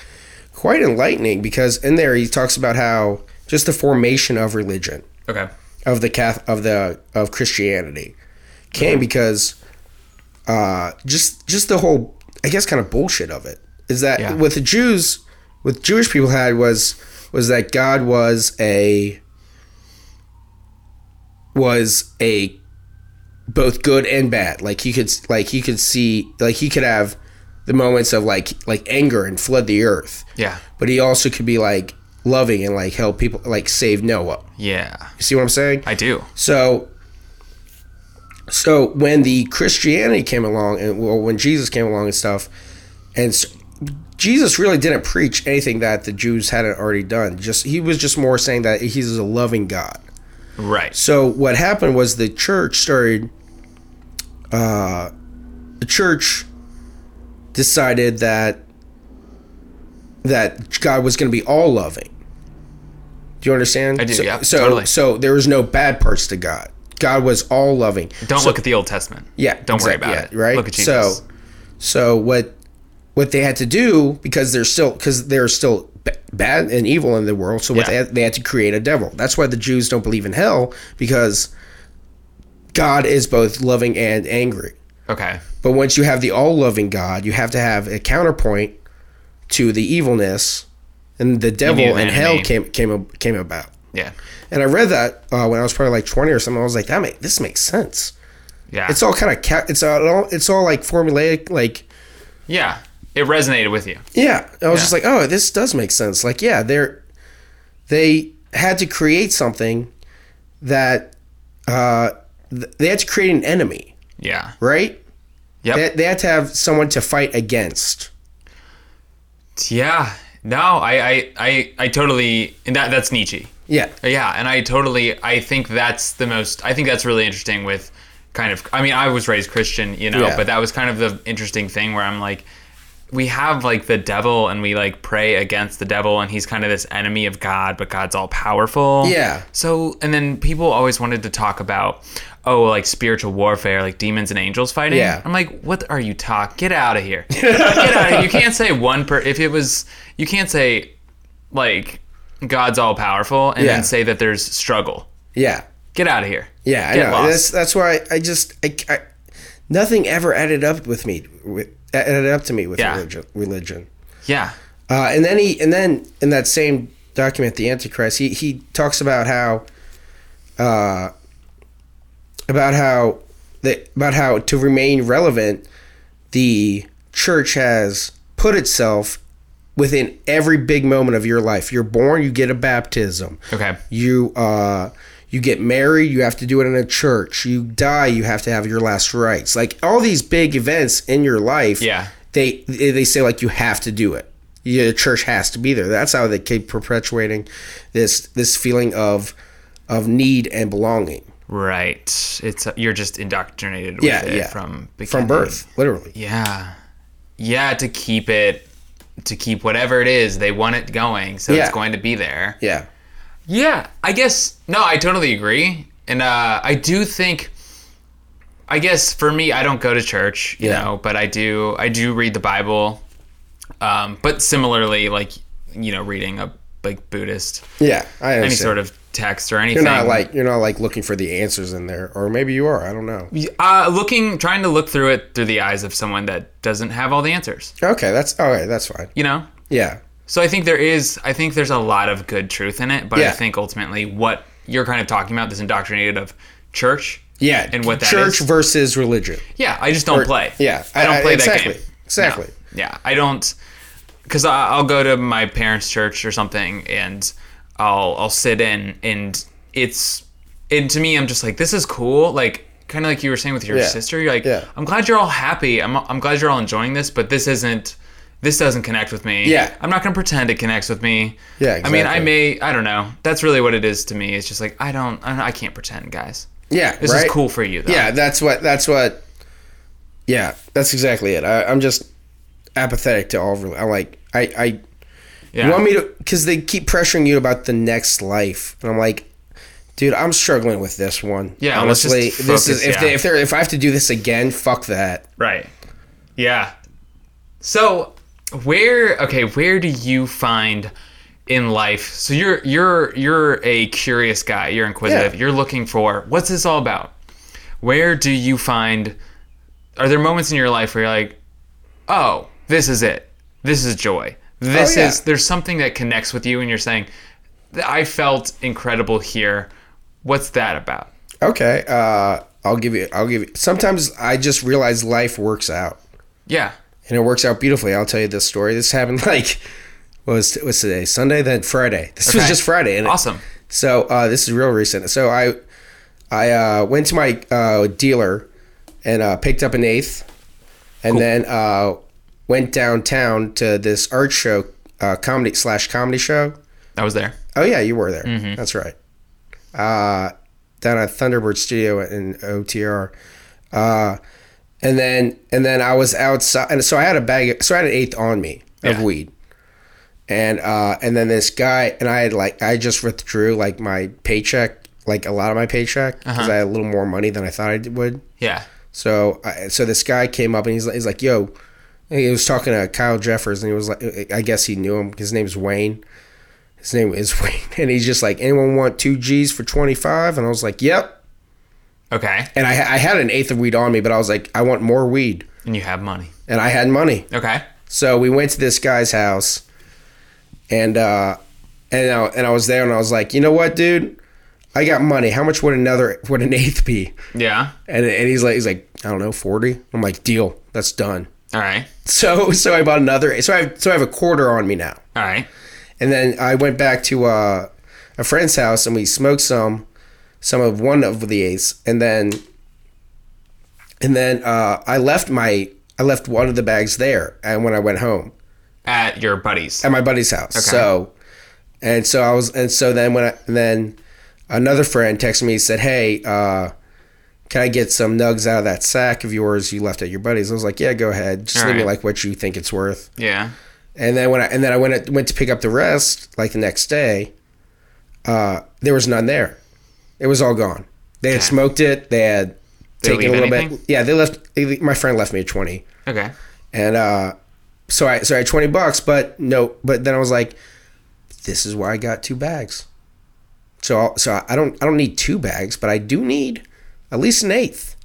Speaker 3: quite enlightening because in there he talks about how just the formation of religion
Speaker 4: Okay.
Speaker 3: of the Cath of the of Christianity came because uh, just just the whole I guess kind of bullshit of it is that
Speaker 4: Yeah.
Speaker 3: with the Jews with Jewish people had was was that God was a was a both good and bad like he could like he could see like he could have the moments of like like anger and flood the earth.
Speaker 4: Yeah.
Speaker 3: But he also could be like loving and like help people like save Noah.
Speaker 4: Yeah.
Speaker 3: You see what I'm saying?
Speaker 4: I do.
Speaker 3: So, so when the Christianity came along, and well, when Jesus came along and stuff, and s Jesus really didn't preach anything that the Jews hadn't already done. Just he was just more saying that he's a loving God.
Speaker 4: Right.
Speaker 3: So what happened was the church started. Uh, the church decided that that God was going to be all loving. Do you understand?
Speaker 4: I do,
Speaker 3: So,
Speaker 4: yeah,
Speaker 3: So,
Speaker 4: totally.
Speaker 3: so there was no bad parts to God. God was all loving.
Speaker 4: Don't look at the Old Testament.
Speaker 3: Yeah.
Speaker 4: Don't worry
Speaker 3: exact-
Speaker 4: about
Speaker 3: yeah,
Speaker 4: it.
Speaker 3: Right.
Speaker 4: Look at Jesus.
Speaker 3: So, so what what they had to do because they're still because they're still b- bad and evil in the world. So what
Speaker 4: Yeah.
Speaker 3: they, had, they had to create a devil. That's why the Jews don't believe in hell because God is both loving and angry.
Speaker 4: okay.
Speaker 3: But once you have the all loving God, you have to have a counterpoint to the evilness, and the devil
Speaker 4: need an
Speaker 3: and hell
Speaker 4: enemy.
Speaker 3: came came came about.
Speaker 4: Yeah.
Speaker 3: And I read that uh, when I was probably like twenty or something. I was like, that make this makes sense.
Speaker 4: Yeah.
Speaker 3: It's all kind of ca- it's all it's all like formulaic. Like
Speaker 4: yeah. It resonated with you.
Speaker 3: yeah, I was
Speaker 4: Yeah.
Speaker 3: just like, oh, this does make sense. Like yeah, they're they had to create something that uh, th- they had to create an enemy,
Speaker 4: Yeah.
Speaker 3: right?
Speaker 4: Yep.
Speaker 3: They, they had to have someone to fight against.
Speaker 4: yeah. No, I, I, I, I totally. And that that's Nietzsche.
Speaker 3: Yeah.
Speaker 4: Yeah, and I totally I think that's the most I think that's really interesting with kind of I mean, I was raised Christian, you know,
Speaker 3: Yeah.
Speaker 4: but that was kind of the interesting thing where I'm like we have like the devil and we like pray against the devil and he's kind of this enemy of God, but God's all powerful.
Speaker 3: Yeah.
Speaker 4: So and then people always wanted to talk about oh like spiritual warfare, like demons and angels fighting.
Speaker 3: Yeah.
Speaker 4: I'm like, what are you talk? Get out of here. Get out of here. You can't say one per if it was you can't say like God's all powerful and
Speaker 3: Yeah.
Speaker 4: then say that there's struggle.
Speaker 3: Yeah.
Speaker 4: Get out of here.
Speaker 3: Yeah, I
Speaker 4: Get
Speaker 3: know.
Speaker 4: lost.
Speaker 3: That's that's why I just I, I- nothing ever added up with me with added up to me with
Speaker 4: Yeah.
Speaker 3: religion. Religion.
Speaker 4: Yeah.
Speaker 3: Uh, and then he and then in that same document, the Antichrist, he he talks about how uh, about how the about how to remain relevant, the church has put itself within every big moment of your life. You're born, you get a baptism.
Speaker 4: Okay.
Speaker 3: You uh you get married, you have to do it in a church. You die, you have to have your last rites. Like all these big events in your life,
Speaker 4: Yeah.
Speaker 3: They they say like you have to do it. Yeah, the church has to be there. That's how they keep perpetuating this this feeling of of need and belonging
Speaker 4: Right. It's you're just indoctrinated with
Speaker 3: Yeah,
Speaker 4: it
Speaker 3: yeah.
Speaker 4: from
Speaker 3: from
Speaker 4: beginning.
Speaker 3: birth, literally.
Speaker 4: Yeah. Yeah, to keep it to keep whatever it is, they want it going, so
Speaker 3: Yeah.
Speaker 4: it's going to be there.
Speaker 3: Yeah.
Speaker 4: Yeah, I guess no, I totally agree, and uh, I do think. I guess for me, I don't go to church, you
Speaker 3: Yeah.
Speaker 4: know, but I do. I do read the Bible, um, but similarly, like you know, reading a like Buddhist,
Speaker 3: Yeah. I understand.
Speaker 4: any sort of text or anything.
Speaker 3: you're not like you're not like looking for the answers in there, or maybe you are. I don't know.
Speaker 4: uh, looking, trying to look through it through the eyes of someone that doesn't have all the answers,
Speaker 3: Okay, that's all right. That's fine.
Speaker 4: you know.
Speaker 3: Yeah.
Speaker 4: So I think there is, I think there's a lot of good truth in it, but I
Speaker 3: Yeah.
Speaker 4: think ultimately what you're kind of talking about, this indoctrinated of church,
Speaker 3: Yeah.
Speaker 4: And what that
Speaker 3: church
Speaker 4: is?
Speaker 3: versus religion.
Speaker 4: Yeah, I just don't play.
Speaker 3: Yeah,
Speaker 4: I don't play
Speaker 3: exactly,
Speaker 4: that game.
Speaker 3: Exactly.
Speaker 4: Yeah, I don't, because I'll go to my parents' church or something, and I'll I'll sit in, and it's, and to me, I'm just like, this is cool, like kind of like you were saying with your
Speaker 3: Yeah.
Speaker 4: sister. You're like,
Speaker 3: Yeah.
Speaker 4: I'm glad you're all happy. I'm I'm glad you're all enjoying this, but this isn't. This doesn't connect with me.
Speaker 3: Yeah.
Speaker 4: I'm not gonna pretend it connects with me.
Speaker 3: Yeah,
Speaker 4: I mean, I
Speaker 3: exactly.
Speaker 4: may. I don't know. That's really what it is to me. It's just like I don't. I, don't, I can't pretend, guys.
Speaker 3: Yeah,
Speaker 4: This
Speaker 3: right?
Speaker 4: is cool for you. Though.
Speaker 3: Yeah, that's what. That's what. Yeah, that's exactly it. I, I'm just apathetic to all. rel- I like. I. I
Speaker 4: Yeah.
Speaker 3: you want me to because they keep pressuring you about the next life, and I'm like. Dude, I'm struggling with this one.
Speaker 4: Yeah, let's just
Speaker 3: honestly, this
Speaker 4: focus,
Speaker 3: is if
Speaker 4: yeah.
Speaker 3: they if they are if I have to do this again, fuck that.
Speaker 4: Right. Yeah. So where okay, where do you find in life? So you're you're you're a curious guy, you're inquisitive,
Speaker 3: Yeah.
Speaker 4: you're looking for what's this all about? Where do you find are there moments in your life where you're like, "Oh, this is it. This is joy. This
Speaker 3: Oh, yeah.
Speaker 4: is there's something that connects with you and you're saying, "I felt incredible here. What's that about?"
Speaker 3: Okay, uh, I'll give you. I'll give you. Sometimes I just realize life works out.
Speaker 4: Yeah.
Speaker 3: and it works out beautifully. I'll tell you this story. This happened like what was what's today? Sunday, then Friday. This was
Speaker 4: Okay.
Speaker 3: just Friday. And it-
Speaker 4: Awesome.
Speaker 3: so uh, this is real recent. So I I uh, went to my uh, dealer and uh, picked up an eighth, and then uh, went downtown to this art show, uh, comedy slash comedy show.
Speaker 4: I was there.
Speaker 3: Oh yeah, you were there. That's right. Uh, down at Thunderbird Studio in OTR, uh, and then and then I was outside, and so I had a bag, so I had an eighth on me of
Speaker 4: Yeah.
Speaker 3: weed, and uh, and then this guy and I had like I just withdrew like my paycheck, like a lot of my paycheck because I had a little more money than I thought I would.
Speaker 4: Yeah.
Speaker 3: So I, so this guy came up and he's like, he's like, yo, he was talking to Kyle Jeffers and he was like, I guess he knew him. His name's Wayne. His name is Wayne, and he's just like, anyone want two G's for twenty five? And I was like, yep.
Speaker 4: Okay.
Speaker 3: And I I had an eighth of weed on me, but I was like, I want more weed,
Speaker 4: And you have money.
Speaker 3: and I had money.
Speaker 4: Okay.
Speaker 3: So we went to this guy's house, and uh, and I, and I was there, and I was like, you know what, dude, I got money. How much would another would an eighth be?
Speaker 4: Yeah.
Speaker 3: And, and he's like, he's like, I don't know, forty. I'm like, deal, that's done.
Speaker 4: All right.
Speaker 3: So so I bought another. So I so I have a quarter on me now.
Speaker 4: All right.
Speaker 3: And then I went back to uh, a friend's house and we smoked some, some of one of the eighths, and then, and then uh, I left my I left one of the bags there, and when I went home
Speaker 4: At your buddies.
Speaker 3: at my buddy's house, so, and so I was, and so then when I, and then another friend texted me said, hey. Uh, can I get some nugs out of that sack of yours you left at your buddy's? I was like, yeah, go ahead. Just
Speaker 4: All
Speaker 3: leave me
Speaker 4: right.
Speaker 3: like what you think it's worth.
Speaker 4: Yeah.
Speaker 3: And then when I and then I went went to pick up the rest, like the next day, uh, there was none there. It was all gone. They had smoked it. They had
Speaker 4: They
Speaker 3: taken
Speaker 4: leave
Speaker 3: a little bit.
Speaker 4: anything?
Speaker 3: Yeah, they left. My friend left me a twenty,
Speaker 4: Okay.
Speaker 3: and uh, so I so I had twenty bucks. But no, but then I was like, this is why I got two bags. So I'll, so I don't I don't need two bags, but I do need at least an eighth,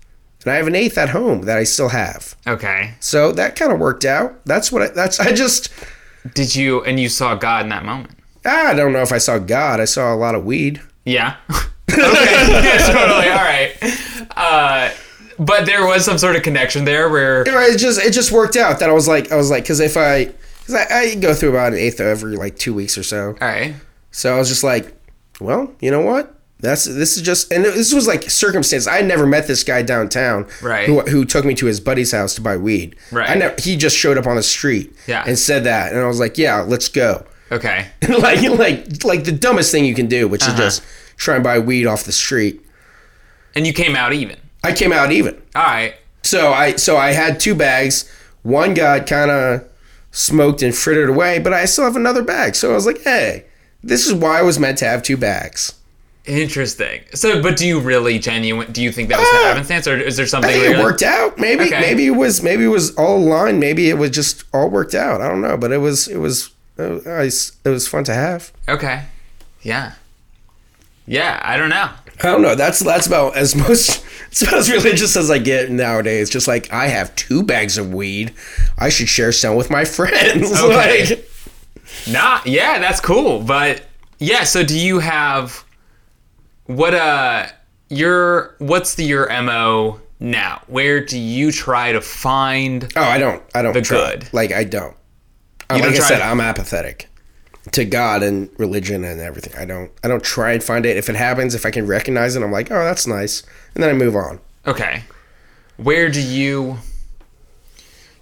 Speaker 3: and I have an eighth at home that I still have.
Speaker 4: Okay.
Speaker 3: So that kind of worked out. That's what I, that's I just.
Speaker 4: Did you and you saw God in that moment?
Speaker 3: Ah, I don't know if I saw God. I saw a lot of weed.
Speaker 4: Yeah. okay. Yeah, totally. All right. Uh, but there was some sort of connection there where
Speaker 3: Anyway, It just it just worked out that I was like I was like because if I because I, I go through about an eighth every like two weeks or so.
Speaker 4: all right.
Speaker 3: So I was just like, well, you know what? That's this is just and this was like circumstance. I had never met this guy downtown,
Speaker 4: Right.
Speaker 3: Who, who took me to his buddy's house to buy weed,
Speaker 4: Right.
Speaker 3: I never, he just showed up on the street,
Speaker 4: Yeah.
Speaker 3: and said that, and I was like, yeah, let's go.
Speaker 4: Okay.
Speaker 3: like like like the dumbest thing you can do, which
Speaker 4: Uh-huh.
Speaker 3: is just try and buy weed off the street.
Speaker 4: And you came out even.
Speaker 3: I came out even.
Speaker 4: All right.
Speaker 3: So I so I had two bags. One got kind of smoked and frittered away, but I still have another bag. So I was like, hey, this is why I was meant to have two bags.
Speaker 4: Interesting. So, but do you really genuine? Do you think that was
Speaker 3: Uh,
Speaker 4: happenstance, or is there something?
Speaker 3: I think
Speaker 4: where you're
Speaker 3: it
Speaker 4: like-
Speaker 3: worked out. Maybe
Speaker 4: Okay.
Speaker 3: maybe it was maybe it was all aligned. Maybe it was just all worked out. I don't know, but it was it was uh, I s- it was fun to have.
Speaker 4: Okay. Yeah. Yeah. I don't know.
Speaker 3: I don't know. That's that's about as most it's about as religious as I get nowadays. Just like I have two bags of weed, I should share some with my friends.
Speaker 4: Okay.
Speaker 3: Like,
Speaker 4: Nah, yeah, that's cool. But yeah, so do you have what uh your what's the your MO now? Where do you try to find
Speaker 3: Oh, I don't. I don't. The
Speaker 4: good.
Speaker 3: Like I don't.
Speaker 4: You
Speaker 3: like
Speaker 4: don't
Speaker 3: I
Speaker 4: try
Speaker 3: said,
Speaker 4: to-
Speaker 3: I'm apathetic to God and religion and everything. I don't. I don't try and find it. If it happens, if I can recognize it, I'm like, oh, that's nice, and then I move on.
Speaker 4: Okay. Where do you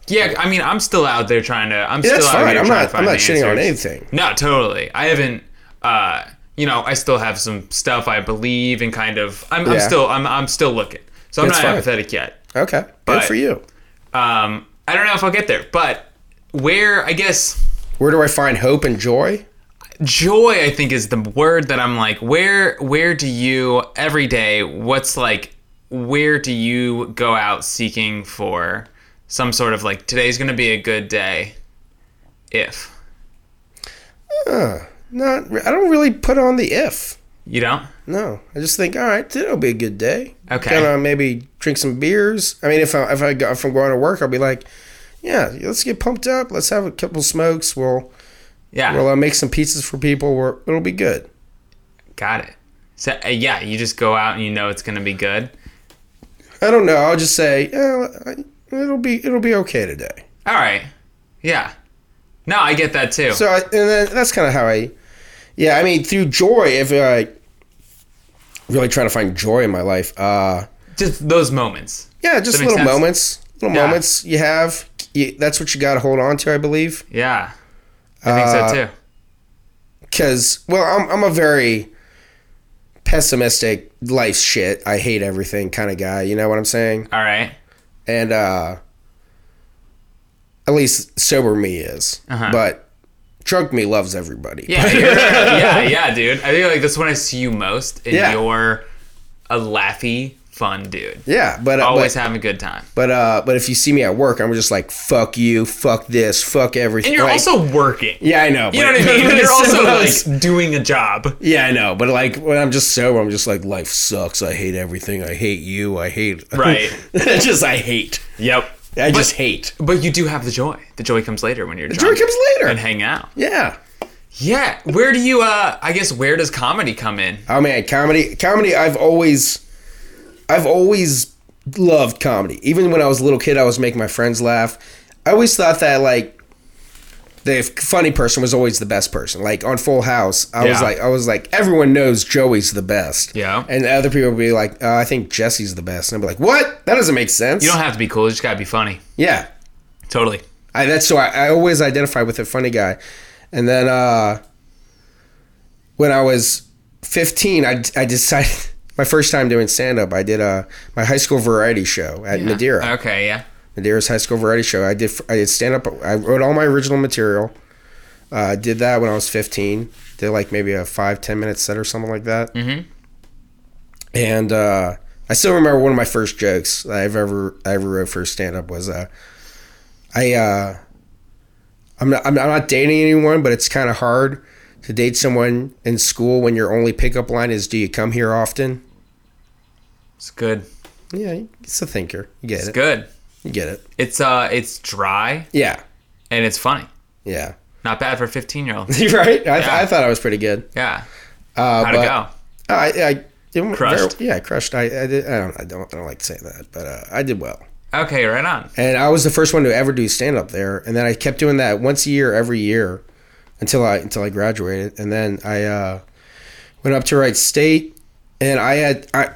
Speaker 4: Yeah, I mean, I'm still out there trying to I'm still
Speaker 3: Yeah, that's
Speaker 4: out
Speaker 3: fine.
Speaker 4: here trying
Speaker 3: I'm
Speaker 4: to
Speaker 3: not. I'm
Speaker 4: find
Speaker 3: not
Speaker 4: the
Speaker 3: shitting on
Speaker 4: answers.
Speaker 3: anything.
Speaker 4: No, totally. I haven't. Uh, you know, I still have some stuff I believe and kind of. I'm, I'm
Speaker 3: Yeah.
Speaker 4: still. I'm. I'm still looking. So I'm
Speaker 3: That's
Speaker 4: not
Speaker 3: fine.
Speaker 4: apathetic yet.
Speaker 3: Okay,
Speaker 4: But-
Speaker 3: good for you.
Speaker 4: Um, I don't know if I'll get there, but where I guess
Speaker 3: Where do I find hope and joy?
Speaker 4: joy I think is the word that I'm like where where do you every day what's like where do you go out seeking for some sort of like today's going to be a good day if
Speaker 3: Not. re- I don't really put on the if.
Speaker 4: you don't
Speaker 3: No, I just think, all right, today'll be a good day.
Speaker 4: Okay.
Speaker 3: Gonna maybe drink some beers. I mean, if I if I go, if I'm going to work, I'll be like, yeah, let's get pumped up. Let's have a couple smokes. We'll
Speaker 4: yeah
Speaker 3: Well, I'll make some pizzas for people. Where it'll be good.
Speaker 4: got it so uh, yeah you just go out and you know it's going to be good
Speaker 3: I don't know. I'll just say, eh, I- it'll be it'll be okay today.
Speaker 4: All right. Yeah. No, I get that too.
Speaker 3: So I, and then that's kind of how I, yeah. I mean, through joy, if I really trying to find joy in my life, uh,
Speaker 4: just those moments.
Speaker 3: yeah, just
Speaker 4: That makes
Speaker 3: little
Speaker 4: sense.
Speaker 3: moments, little
Speaker 4: Yeah.
Speaker 3: moments you have. You, that's what you got to hold on to, I believe.
Speaker 4: Yeah. I think
Speaker 3: Uh,
Speaker 4: so too.
Speaker 3: Because well, I'm I'm a very pessimistic life shit. I hate everything kind of guy. You know what I'm saying?
Speaker 4: All right.
Speaker 3: and uh at least sober me is but drunk me loves everybody
Speaker 4: Uh-huh. Yeah, you're- yeah, yeah, dude. I feel like that's when I see you most, and
Speaker 3: Yeah.
Speaker 4: you're a laughy, fun dude.
Speaker 3: yeah but uh,
Speaker 4: Always
Speaker 3: but,
Speaker 4: having a good time.
Speaker 3: but uh but if you see me at work i'm just like fuck you fuck this fuck everything
Speaker 4: And you're
Speaker 3: Like,
Speaker 4: also working.
Speaker 3: yeah i know
Speaker 4: You know
Speaker 3: but-
Speaker 4: what I mean?
Speaker 3: but
Speaker 4: You're
Speaker 3: it's
Speaker 4: also
Speaker 3: still,
Speaker 4: like doing a job.
Speaker 3: yeah i know but like when i'm just sober i'm just like life sucks i hate everything i hate you i hate
Speaker 4: Right.
Speaker 3: just i hate
Speaker 4: Yep.
Speaker 3: i just hate
Speaker 4: But you do have the joy. The joy comes later when you're drunk.
Speaker 3: drink comes
Speaker 4: and
Speaker 3: later
Speaker 4: hang out.
Speaker 3: yeah
Speaker 4: Yeah. Where do you? uh I guess where does comedy come in?
Speaker 3: Oh man, comedy, comedy. I've always, I've always loved comedy. Even when I was a little kid, I was making my friends laugh. I always thought that like the f- funny person was always the best person. Like on Full House, I was
Speaker 4: Yeah.
Speaker 3: like, I was like, everyone knows Joey's the best.
Speaker 4: Yeah.
Speaker 3: And other people would be like, uh, I think Jesse's the best. And I'd be like, What? That doesn't make sense.
Speaker 4: You don't have to be cool. You just gotta be funny.
Speaker 3: yeah.
Speaker 4: Totally.
Speaker 3: I, that's so I, I always identify with the funny guy. And then uh, when I was 15, I, I decided my first time doing stand up, I did uh, my high school variety show at Madeira.
Speaker 4: Okay. Yeah.
Speaker 3: Madeira's high school variety show. I did I did stand up. I wrote all my original material. Uh, did that when I was 15. Did like maybe a five ten minute set or something like that. Mm-hmm. And uh, I still remember one of my first jokes that I've ever I ever wrote for stand up was uh, I uh, I'm not I'm not dating anyone, but it's kind of hard to date someone in school when your only pickup line is "Do you come here often?"
Speaker 4: It's good.
Speaker 3: Yeah, it's a thinker. You get
Speaker 4: It's
Speaker 3: it.
Speaker 4: good.
Speaker 3: You get it.
Speaker 4: It's uh, it's dry
Speaker 3: Yeah,
Speaker 4: and it's funny.
Speaker 3: yeah.
Speaker 4: Not bad for a 15 year old.
Speaker 3: right? I, th-
Speaker 4: Yeah.
Speaker 3: I thought I was pretty good.
Speaker 4: Yeah.
Speaker 3: Uh,
Speaker 4: How'd
Speaker 3: but,
Speaker 4: it go?
Speaker 3: I, I it went
Speaker 4: Crushed?
Speaker 3: very- yeah, crushed. I, I, did, I don't, I don't, I don't like to say that, but uh, I did well.
Speaker 4: Okay, right on.
Speaker 3: And I was the first one to ever do stand up there, and then I kept doing that once a year, every year, until I until I graduated, and then I uh, went up to Wright State, and I had I,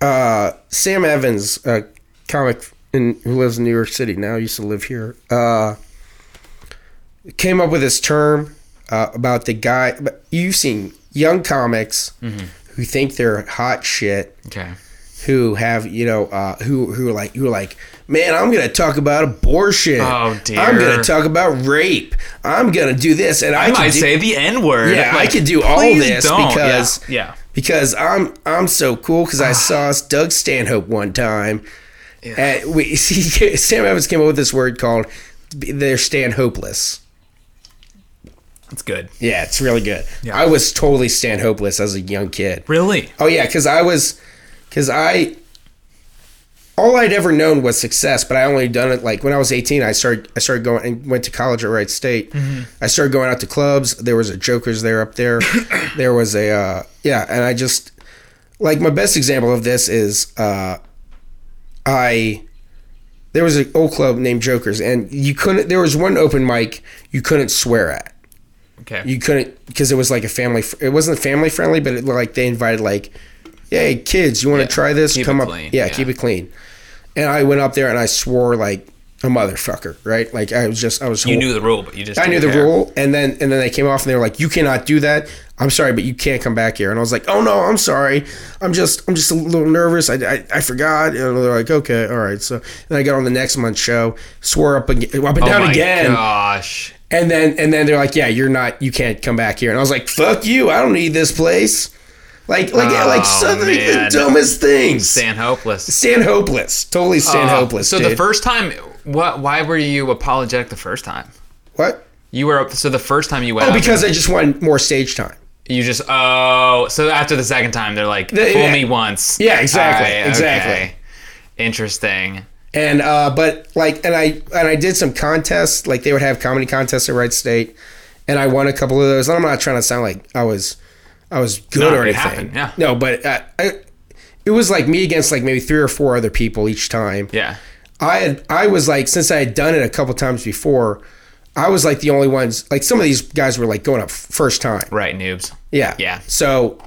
Speaker 3: uh, Sam Evans, a comic in, who lives in New York City now, used to live here. Uh, came up with this term uh, about the guy. But you've seen young comics who think they're hot shit
Speaker 4: Okay.
Speaker 3: who have you know uh, who who are like who are like man i'm gonna talk about abortion
Speaker 4: Oh, dear.
Speaker 3: i'm gonna talk about rape i'm gonna do this and i,
Speaker 4: I
Speaker 3: can
Speaker 4: might
Speaker 3: do,
Speaker 4: say the N word.
Speaker 3: yeah i could do all this because
Speaker 4: yeah,
Speaker 3: because i'm i'm so cool because i saw doug stanhope one time and we see sam evans came up with this word called they're stanhopeless
Speaker 4: it's good.
Speaker 3: yeah it's really good i was totally stanhopeless as a young kid
Speaker 4: Really?
Speaker 3: Oh yeah, because I was, because I, all I'd ever known was success, but I only done it like when I was eighteen. I started, I started going and went to college at Wright State. I started going out to clubs. There was a Joker's there up there. there was a uh, yeah, and I just like my best example of this is uh, I. There was an old club named Joker's, and you couldn't. There was one open mic you couldn't swear at
Speaker 4: Okay.
Speaker 3: you couldn't because it was like a family fr- it wasn't family friendly but it, like they invited like hey kids you want to try this
Speaker 4: keep
Speaker 3: come
Speaker 4: it
Speaker 3: up
Speaker 4: clean,
Speaker 3: yeah,
Speaker 4: yeah.
Speaker 3: keep it clean and i went up there and i swore like a motherfucker right like i was just i was
Speaker 4: you knew the rule, but you just
Speaker 3: i knew
Speaker 4: didn't
Speaker 3: the
Speaker 4: care.
Speaker 3: rule and then and then they came off and they were like you cannot do that i'm sorry but you can't come back here and i was like oh no i'm sorry i'm just i'm just a little nervous i, I, I forgot and they're like okay all right so then i got on the next month's show swore up, again, up and
Speaker 4: Oh
Speaker 3: down
Speaker 4: my
Speaker 3: again
Speaker 4: gosh.
Speaker 3: and then and then they're like, "Yeah, you're not. You can't come back here." And I was like, "Fuck you! I don't need this place." Like like
Speaker 4: Oh,
Speaker 3: like some of the
Speaker 4: man.
Speaker 3: dumbest things.
Speaker 4: Stan
Speaker 3: Stand,
Speaker 4: Hopeless.
Speaker 3: hopeless. Totally stand hopeless.
Speaker 4: So the first
Speaker 3: first
Speaker 4: time, what? Why were you apologetic the first time?
Speaker 3: what?
Speaker 4: You were so the first time you went.
Speaker 3: Oh,
Speaker 4: up,
Speaker 3: because I just wanted more stage time.
Speaker 4: you just oh. So after the second time, they're like,
Speaker 3: They-
Speaker 4: fool
Speaker 3: yeah.
Speaker 4: me once.
Speaker 3: Yeah, exactly,
Speaker 4: All
Speaker 3: exactly.
Speaker 4: Interesting.
Speaker 3: and uh, but like and I and I did some contests like they would have comedy contests at Wright State, and I won a couple of those. And I'm not trying to sound like I was I was good
Speaker 4: No,
Speaker 3: or
Speaker 4: it
Speaker 3: anything.
Speaker 4: happened, yeah.
Speaker 3: No, but uh, I, it was like me against like maybe three or four other people each time.
Speaker 4: Yeah.
Speaker 3: I had I was like since I had done it a couple times before, I was like the only ones like some of these guys were like going up first time.
Speaker 4: Right, noobs.
Speaker 3: Yeah.
Speaker 4: Yeah.
Speaker 3: So,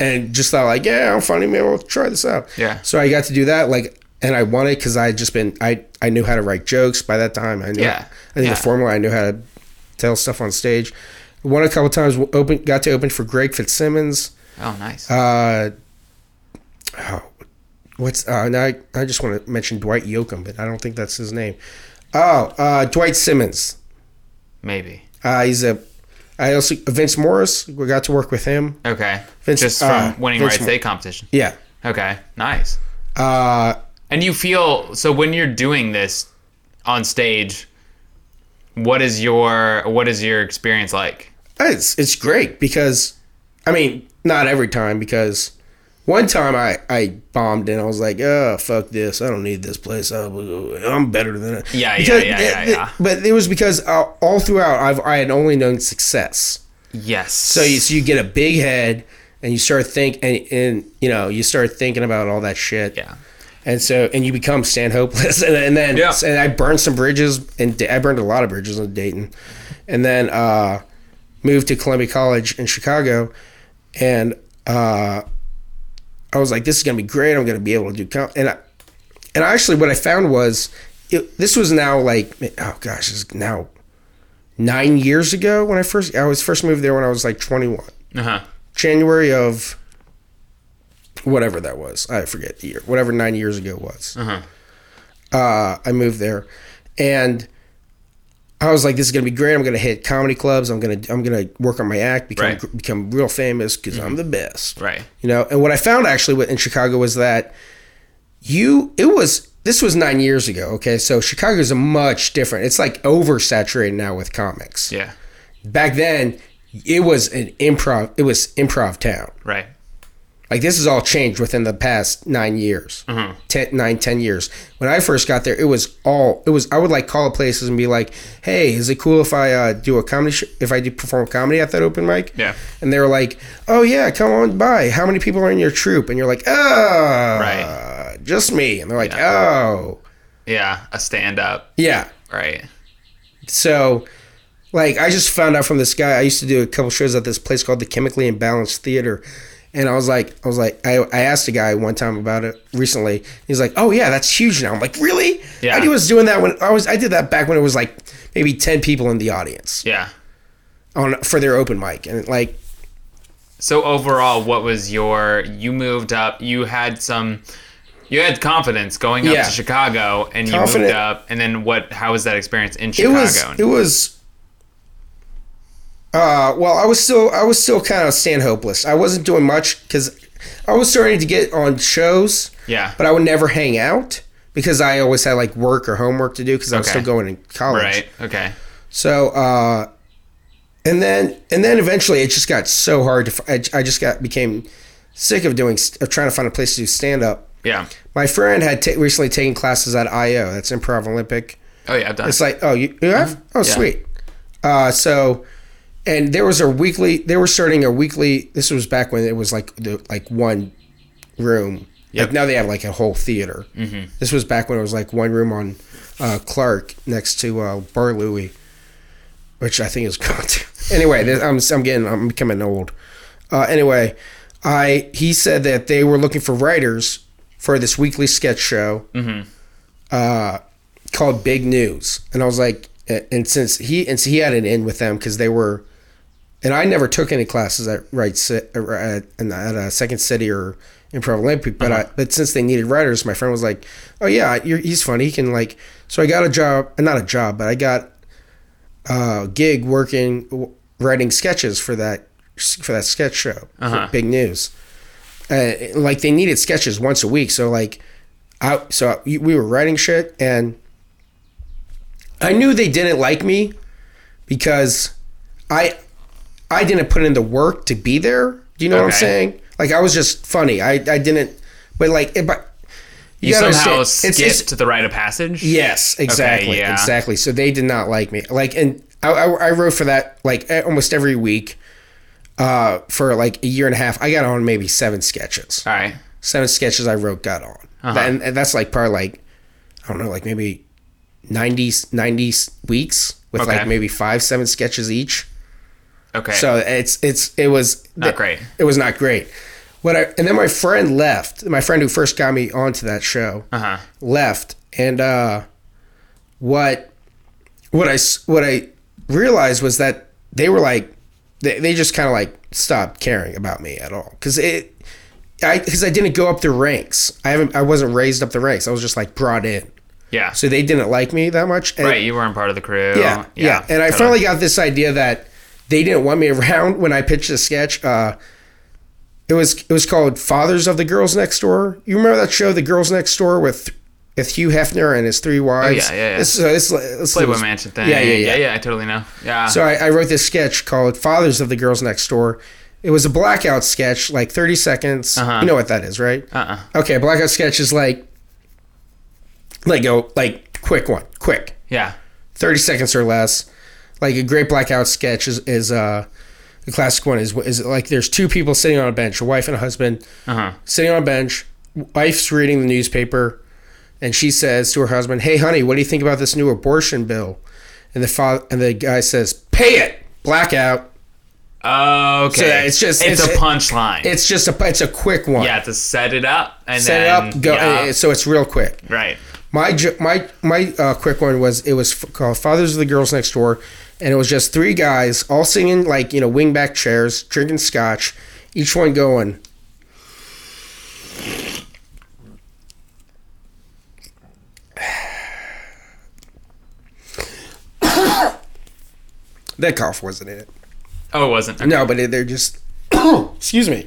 Speaker 3: and just thought like, yeah, I'm funny. Maybe I'll try this out.
Speaker 4: Yeah.
Speaker 3: So I got to do that. Like, and I won it because I had just been, I, I knew how to write jokes by that time. I knew,
Speaker 4: Yeah.
Speaker 3: I think
Speaker 4: Yeah.
Speaker 3: the formula, I knew how to tell stuff on stage. Won a couple times, open, got to open for Greg Fitzsimmons.
Speaker 4: Oh, nice.
Speaker 3: Uh, oh, what's, uh, now I, I just want to mention Dwight Yoakam, but I don't think that's his name. Oh, uh, Dwight Simmons.
Speaker 4: Maybe.
Speaker 3: Uh, he's a, I also, uh, Vince Morris, we got to work with him.
Speaker 4: Okay.
Speaker 3: Vince-
Speaker 4: Just from
Speaker 3: uh,
Speaker 4: winning
Speaker 3: Vince
Speaker 4: Rights
Speaker 3: Mo-
Speaker 4: Day competition.
Speaker 3: Yeah.
Speaker 4: Okay. Nice.
Speaker 3: Uh,
Speaker 4: And you feel so when you're doing this on stage, what is your what is your experience like?
Speaker 3: it's it's great because, I mean, not every time because one time I I bombed and I was like, oh fuck this, I don't need this place. Oh, I'm better than it.
Speaker 4: Yeah, yeah,
Speaker 3: Because-
Speaker 4: yeah, yeah, yeah.
Speaker 3: But it was because uh, all throughout I've I had only known success.
Speaker 4: Yes.
Speaker 3: So you so you get a big head and you start think and and you know you start thinking about all that shit.
Speaker 4: Yeah.
Speaker 3: And so, and you become stand hopeless, and, and then,
Speaker 4: Yeah.
Speaker 3: and I burned some bridges, and Da- I burned a lot of bridges in Dayton, and then uh, moved to Columbia College in Chicago, and uh, I was like, this is gonna be great. I'm gonna be able to do, com-. and I, and actually, what I found was, it, this was now like, oh gosh, it's now nine years ago when I first, I was first moved there when I was like 21,
Speaker 4: Uh-huh.
Speaker 3: January of whatever that was. I forget the year. Whatever nine years ago was.
Speaker 4: Uh-huh.
Speaker 3: Uh, I moved there, and I was like, "This is gonna be great. I'm gonna hit comedy clubs. I'm gonna I'm gonna work on my act, become
Speaker 4: Right. Mm-hmm.
Speaker 3: become real famous because I'm the best."
Speaker 4: Right.
Speaker 3: You know. And what I found actually with- in Chicago was that you it was this was nine years ago. Okay, so Chicago's a much different. It's like oversaturated now with comics.
Speaker 4: Yeah.
Speaker 3: Back then, it was an improv. It was improv town
Speaker 4: Right.
Speaker 3: like this has all changed within the past nine years
Speaker 4: Mm-hmm.
Speaker 3: ten, nine ten years when i first got there it was all it was i would like call places and be like hey is it cool if i uh, do a comedy sh- if i do perform comedy at that open mic
Speaker 4: Yeah.
Speaker 3: and they were like oh yeah come on by how many people are in your troupe and you're like oh
Speaker 4: Right.
Speaker 3: just me and they're like oh
Speaker 4: Yeah. A stand up.
Speaker 3: yeah
Speaker 4: Right.
Speaker 3: so like i just found out from this guy i used to do a couple shows at this place called the chemically imbalanced theater and i was like i was like i, I asked a guy one time about it recently he's like oh yeah that's huge now i'm like really
Speaker 4: Yeah.
Speaker 3: i was doing that when i was i did that back when it was like maybe 10 people in the audience
Speaker 4: Yeah.
Speaker 3: on for their open mic and like
Speaker 4: So overall, what was your? You moved up. You had some. You had confidence going up
Speaker 3: Yeah.
Speaker 4: to Chicago, and you
Speaker 3: Confident.
Speaker 4: moved up. And then what? How was that experience in
Speaker 3: it
Speaker 4: Chicago?
Speaker 3: was it was uh well i was still i was still kind of stand hopeless i wasn't doing much because i was starting to get on shows
Speaker 4: yeah.
Speaker 3: but I would never hang out because I always had like work or homework to do because I was
Speaker 4: Okay.
Speaker 3: still going to college.
Speaker 4: right. Okay.
Speaker 3: So, uh, and then and then eventually it just got so hard to. fi- I, I just got became sick of doing st- of trying to find a place to do stand up.
Speaker 4: Yeah.
Speaker 3: My friend had ta recently taken classes at IO. That's Improv Olympic.
Speaker 4: Oh yeah. I've done.
Speaker 3: It's like, oh, you, you have? Oh,
Speaker 4: Mm-hmm. Yeah.
Speaker 3: sweet. Uh, so, and there was a weekly. They were starting a weekly. This was back when it was like the like one room.
Speaker 4: Yep.
Speaker 3: Like now they have like a whole theater. Mm-hmm. This was back when it was like one room on uh, Clark next to uh, Bar Louie, which I think is gone. too. anyway, this, I'm I'm getting I'm becoming old. Uh, anyway, I he said that they were looking for writers for this weekly sketch show called Big News, and I was like, and since he and so he had an in with them because they were, and I never took any classes at right Ci- or at, at uh, Second City or Improv Olympic, but I, but since they needed writers, my friend was like, oh yeah, you're, he's funny, he can like, so I got a job, not a job, but I got a uh, gig working w- writing sketches for that for that sketch show, for
Speaker 4: Uh-huh.
Speaker 3: Big News. Uh, like they needed sketches once a week, so like, I so we were writing shit and. I knew they didn't like me because I I didn't put in the work to be there. Do you know what
Speaker 4: Okay.
Speaker 3: I'm saying? Like I was just funny. I, I didn't but like it, but
Speaker 4: you
Speaker 3: gotta
Speaker 4: somehow
Speaker 3: understand,
Speaker 4: skipped to the rite of passage.
Speaker 3: yes, exactly.
Speaker 4: yeah.
Speaker 3: Exactly. So they did not like me. Like and I, I, I wrote for that like eh, almost every week uh for like a year and a half. I got on maybe 7 sketches.
Speaker 4: All right. Uh-huh.
Speaker 3: Seven sketches I wrote got on. And, and that's like probably like I don't know, like maybe 90, 90 weeks with
Speaker 4: Okay.
Speaker 3: like maybe five, seven sketches each.
Speaker 4: Okay.
Speaker 3: So it's it's it was
Speaker 4: Not great.
Speaker 3: It was not great. What I and then my friend left. My friend who first got me onto that show
Speaker 4: Uh-huh.
Speaker 3: left, and uh, what what I s- what I realized was that they were like they, they just kind of like stopped caring about me at all because it. I, because I didn't go up the ranks. I haven't. I wasn't raised up the ranks. I was just like brought in.
Speaker 4: yeah.
Speaker 3: So they didn't like me that much. And
Speaker 4: right. You weren't part of the crew.
Speaker 3: yeah, yeah. And I
Speaker 4: totally.
Speaker 3: finally got this idea that they didn't want me around when I pitched a sketch. Uh, it was it was called Fathers of the Girls Next Door. You remember that show, The Girls Next Door, with with Hugh Hefner and his three wives.
Speaker 4: Oh, yeah, yeah, yeah.
Speaker 3: This, so this, this
Speaker 4: Playboy
Speaker 3: was-
Speaker 4: Mansion thing.
Speaker 3: Yeah, yeah, yeah.
Speaker 4: yeah, I totally know. Yeah.
Speaker 3: So I, I wrote this sketch called Fathers of the Girls Next Door. It was a blackout sketch, like thirty seconds.
Speaker 4: Uh-huh.
Speaker 3: You know what that is, right?
Speaker 4: uh-uh.
Speaker 3: Okay, a blackout sketch is like like go like quick one, quick.
Speaker 4: Yeah.
Speaker 3: 30 seconds or less. Like a great blackout sketch is, is uh, the classic one is is like there's two people sitting on a bench, a wife and a husband,
Speaker 4: Uh-huh.
Speaker 3: sitting on a bench. Wife's reading the newspaper, and she says to her husband, "Hey, honey, what do you think about this new abortion bill?" And the father and the guy says, "Pay it." Blackout.
Speaker 4: Okay.
Speaker 3: So yeah, it's just-
Speaker 4: it's,
Speaker 3: it's-
Speaker 4: a punchline.
Speaker 3: It's just a it's a quick one.
Speaker 4: yeah, to set it up and
Speaker 3: Set it
Speaker 4: then,
Speaker 3: up, go.
Speaker 4: yeah,
Speaker 3: uh, So it's real quick.
Speaker 4: right.
Speaker 3: My jo- my my uh, quick one was it was f- called Fathers of the Girls Next Door, and it was just three guys all singing like you know wingback chairs, drinking scotch, each one going. that cough wasn't in it.
Speaker 4: Oh, it wasn't. Okay.
Speaker 3: No, but it- they're just. excuse me.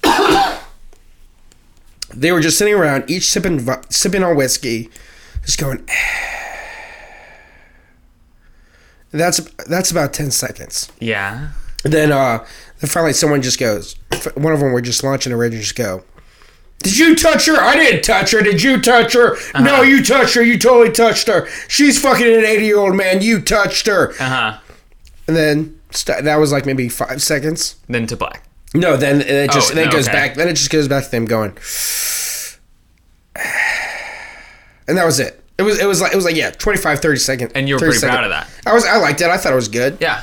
Speaker 3: they were just sitting around, each sipping vi- sipping on whiskey, just going. that's that's about ten seconds.
Speaker 4: Yeah.
Speaker 3: Then uh, then finally someone just goes. One of them were just launching a ridge and just go. Did you touch her? I didn't touch her. Did you touch her? No, you touched her. You totally touched her. She's fucking an eighty-year-old man. You touched her.
Speaker 4: Uh-huh.
Speaker 3: And then st- that was like maybe five seconds.
Speaker 4: Then to black.
Speaker 3: No, then it just
Speaker 4: Oh,
Speaker 3: then it
Speaker 4: no,
Speaker 3: goes
Speaker 4: okay.
Speaker 3: back. Then it just goes back to them going, and that was it. It was it was like it was like yeah, 25, 30 seconds.
Speaker 4: And you were
Speaker 3: 30
Speaker 4: pretty proud
Speaker 3: second.
Speaker 4: of that.
Speaker 3: I was I liked it. I thought it was good.
Speaker 4: Yeah.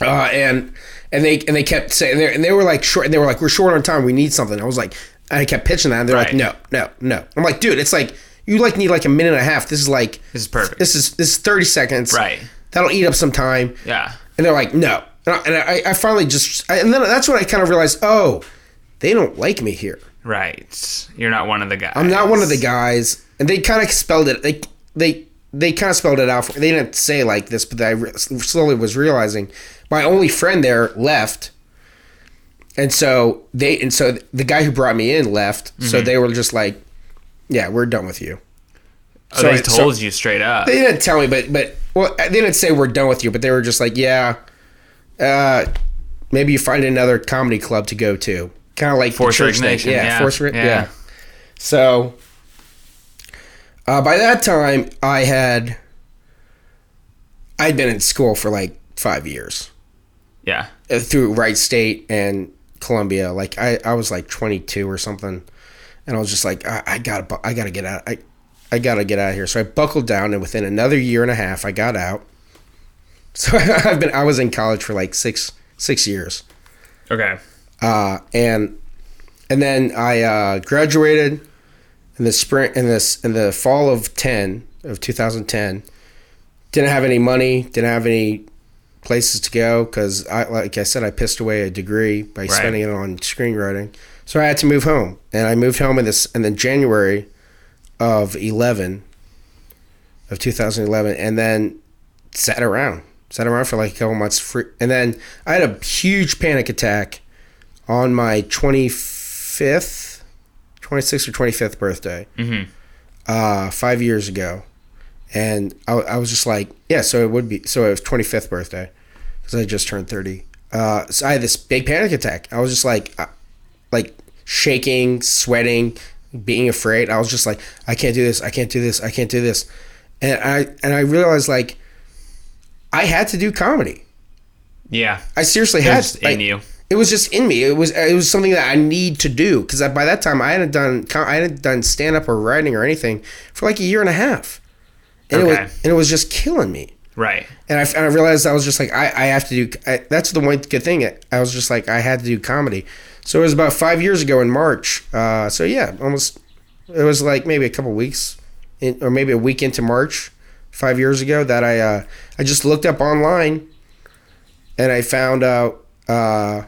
Speaker 3: Uh, and and they and they kept saying they and they were like short. And they were like we're short on time. We need something. I was like, and I kept pitching that. And they're like,
Speaker 4: Right.
Speaker 3: no, no, no. I'm like, dude, it's like you like need like a minute and a half. This is like
Speaker 4: This is perfect.
Speaker 3: This is this is thirty seconds.
Speaker 4: Right.
Speaker 3: That'll eat up some time.
Speaker 4: Yeah.
Speaker 3: And they're like, no. And I, and I, I finally just, I, and then that's when I kind of realized, oh, they don't like me here.
Speaker 4: Right. You're not one of the guys.
Speaker 3: I'm not one of the guys. And they kind of spelled it, they, they, they kind of spelled it out. For, they didn't say like this, but I re- slowly was realizing my only friend there left. And so they, and so the guy who brought me in left. So they were just like, yeah, we're done with you.
Speaker 4: Oh, they
Speaker 3: Sorry, so-
Speaker 4: told you straight up.
Speaker 3: They didn't tell me, but but well, they didn't say we're done with you, but they were just like, yeah, uh, maybe you find another comedy club to go to, kind of like the
Speaker 4: Forced
Speaker 3: church thing.
Speaker 4: resignation,
Speaker 3: Yeah,
Speaker 4: yeah,
Speaker 3: forced re- yeah.
Speaker 4: yeah.
Speaker 3: So uh, by that time, I had I'd been in school for like five years
Speaker 4: yeah.
Speaker 3: uh, through Wright State and Columbia. Like I, I was like 22 or something, and I was just like, I, I gotta, bu- I gotta get out. I, I gotta get out of here. So I buckled down, and within another year and a half, I got out. So I've been, I was in college for like six, six years,
Speaker 4: Okay.
Speaker 3: uh, and and then I uh, graduated in the spring, in this, in the fall of 10 of 2010. Didn't have any money. Didn't have any places to go because I, like I said, I pissed away a degree by spending it on screenwriting. So I had to move home, and I moved home in this, and then January of eleven of two thousand eleven, and then sat around, sat around for like a couple months, free, and then I had a huge panic attack on my twenty fifth, twenty sixth or twenty fifth birthday, uh, five years ago and I, I was just like, yeah, so it would be so it was 25th birthday because I just turned 30. Uh, so I had this big panic attack. I was just like, uh, like shaking, sweating, being afraid. I was just like, I can't do this. I can't do this. I can't do this. And I and I realized like, I had to do comedy.
Speaker 4: Yeah.
Speaker 3: I seriously
Speaker 4: It
Speaker 3: had
Speaker 4: was
Speaker 3: like,
Speaker 4: in you.
Speaker 3: it was just in me. It was it was something that I need to do because by that time I hadn't done co- I hadn't done stand up or writing or anything for like a year and a half, and it
Speaker 4: Okay.
Speaker 3: was and it was just killing me.
Speaker 4: Right.
Speaker 3: And I, and I realized I was just like I, I have to do. I, that's the one good thing. I was just like I had to do comedy. So it was about five years ago in March. Uh, so yeah, almost. It was like maybe a couple weeks, in, or maybe a week into March, five years ago that I uh, I just looked up online, and I found out. Uh,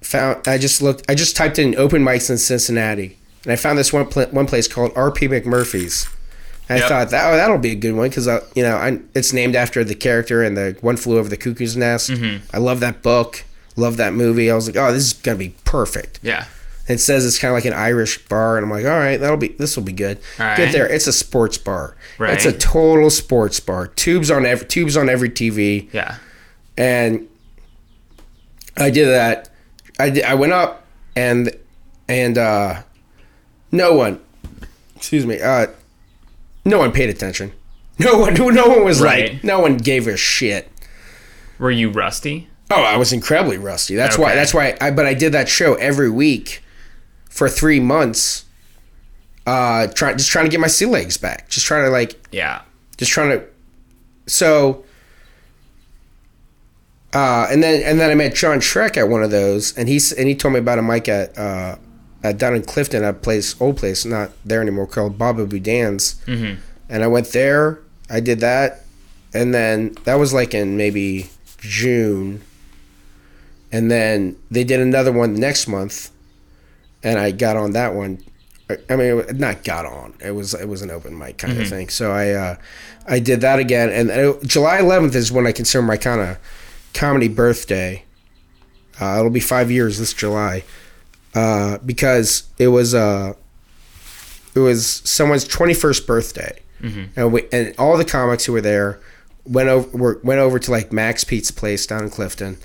Speaker 3: found I just looked I just typed in open mics in Cincinnati and I found this one pla- one place called RP McMurphy's. And I
Speaker 2: Yep.
Speaker 3: thought that oh, that'll be a good one because you know I, it's named after the character in the One Flew Over the Cuckoo's Nest. I love that book, love that movie. I was like, oh, this is gonna be perfect.
Speaker 4: Yeah.
Speaker 3: It says it's kind of like an Irish bar, and I'm like, all right, that'll be this will be good.
Speaker 4: All right.
Speaker 3: Get there, it's a sports bar.
Speaker 4: Right.
Speaker 3: It's a total sports bar. Tubes on every tubes on every TV
Speaker 4: Yeah.
Speaker 3: and I did that. I did, I went up and and uh, no one, excuse me, uh, no one paid attention. No one, no one was like,
Speaker 4: Right.
Speaker 3: no one gave a shit.
Speaker 4: Were you rusty?
Speaker 3: Oh, I was incredibly rusty. That's why.
Speaker 4: Okay.
Speaker 3: That's why. I but I did that show every week for three months. Uh, try, just trying to get my sea legs back. Just trying to like
Speaker 4: Yeah.
Speaker 3: just trying to so uh and then and then i met john shrek at one of those and he's and he told me about a mic at uh at down in clifton a place old place not there anymore called baba boudin's mm-hmm. and i went there i did that and then that was like in maybe june and then they did another one next month and I got on that one. I- I mean, it wa- not got on. It was it was an open mic kind of thing. So I uh, I did that again, and uh, July 11th is when I consider my kind of comedy birthday. Uh, it'll be five years this July, uh, because it was uh, it was someone's 21st birthday, and we and all the comics who were there went over were, went over to like Max Pete's place down in Clifton,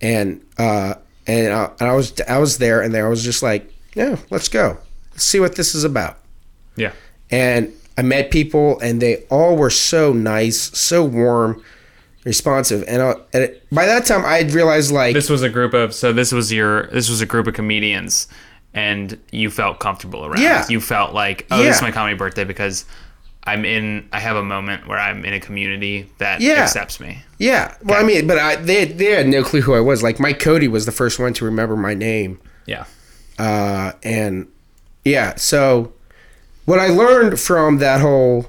Speaker 3: and uh, and I, and I was I was there, and there I was just like, yeah, let's go, let's see what this is about.
Speaker 4: Yeah.
Speaker 3: And I met people, and they all were so nice, so warm, responsive, and, I, and it, by that time I had realized like
Speaker 4: This was a group of so this was your this was a group of comedians and you felt comfortable around.
Speaker 3: Yeah.
Speaker 4: You felt like, oh, this
Speaker 3: Yeah.
Speaker 4: is my comedy birthday because I'm in I have a moment where I'm in a community that
Speaker 3: Yeah.
Speaker 4: accepts me.
Speaker 3: yeah, well I mean, but I, they they had no clue who I was. Like Mike Cody was the first one to remember my name.
Speaker 4: Yeah.
Speaker 3: uh, and yeah so what i learned from that whole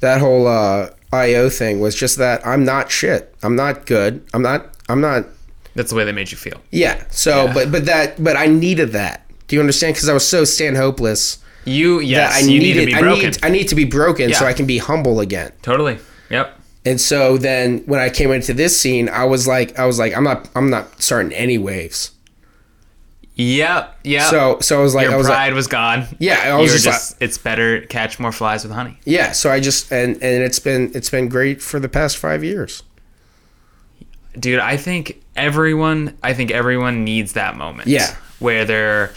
Speaker 3: that whole uh, io thing was just that i'm not shit i'm not good i'm not i'm not
Speaker 4: That's the way they made you feel.
Speaker 3: yeah so but but that but i needed that do you understand because i was so stand hopeless
Speaker 4: You
Speaker 3: that
Speaker 4: yes,
Speaker 3: i
Speaker 4: you
Speaker 3: needed
Speaker 4: need to be
Speaker 3: i
Speaker 4: broken.
Speaker 3: need i need to be broken so
Speaker 4: Yeah.
Speaker 3: i can be humble again
Speaker 4: totally. Yep.
Speaker 3: and so then when I came into this scene, I was like, I was like, I'm not, I'm not starting any waves.
Speaker 4: Yep. Yep.
Speaker 3: So, so I was like,
Speaker 4: Oh. your
Speaker 3: I was like,
Speaker 4: pride was gone.
Speaker 3: Yeah, I
Speaker 4: I
Speaker 3: was
Speaker 4: was
Speaker 3: just
Speaker 4: just,
Speaker 3: like-
Speaker 4: it's better catch more flies with honey.
Speaker 3: yeah so i just and and it's been it's been great for the past five years
Speaker 4: Dude, I think everyone I think everyone needs that moment.
Speaker 3: Yeah.
Speaker 4: Where they're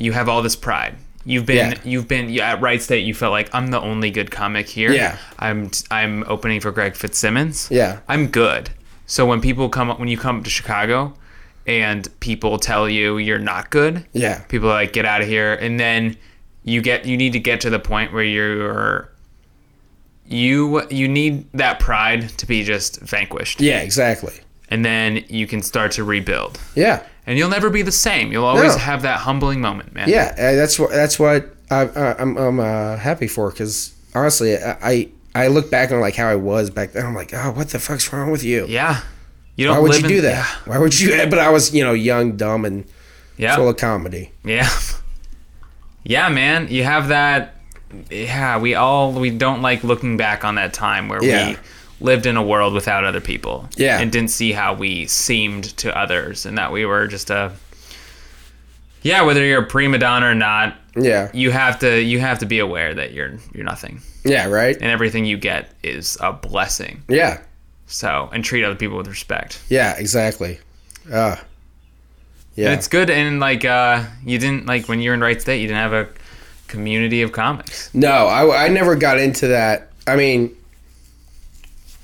Speaker 4: you have all this pride. You've been
Speaker 3: Yeah.
Speaker 4: you've been yeah, at Wright State you felt like I'm the only good comic here.
Speaker 3: Yeah.
Speaker 4: I'm I'm opening for Greg Fitzsimmons.
Speaker 3: Yeah.
Speaker 4: I'm good. So when people come when you come to Chicago and people tell you you're not good,
Speaker 3: yeah
Speaker 4: people are like get out of here and then you get you need to get to the point where you're you you need that pride to be just vanquished
Speaker 3: yeah exactly
Speaker 4: and then you can start to rebuild
Speaker 3: yeah
Speaker 4: and you'll never be the same you'll always
Speaker 3: No.
Speaker 4: have that humbling moment man
Speaker 3: yeah uh, that's what that's what I, I, i'm i'm uh, happy for because honestly I, I i look back on like how i was back then i'm like oh what the fuck's wrong with you
Speaker 4: yeah you don't
Speaker 3: why would
Speaker 4: live
Speaker 3: you
Speaker 4: in-
Speaker 3: do that why would you but i was you know young dumb and
Speaker 4: yeah
Speaker 3: full
Speaker 4: yeah
Speaker 3: of comedy
Speaker 4: yeah. yeah man you have that yeah we all we don't like looking back on that time where
Speaker 3: Yeah.
Speaker 4: we lived in a world without other people
Speaker 3: Yeah.
Speaker 4: and didn't see how we seemed to others and that we were just a yeah whether you're a prima donna or not
Speaker 3: yeah
Speaker 4: you have to you have to be aware that you're you're nothing
Speaker 3: yeah right
Speaker 4: and everything you get is a blessing
Speaker 3: yeah
Speaker 4: so and treat other people with respect
Speaker 3: yeah exactly uh yeah
Speaker 4: and it's good and like uh you didn't like when you were in Wright State you didn't have a community of comics
Speaker 3: No, I, I never got into that. I mean,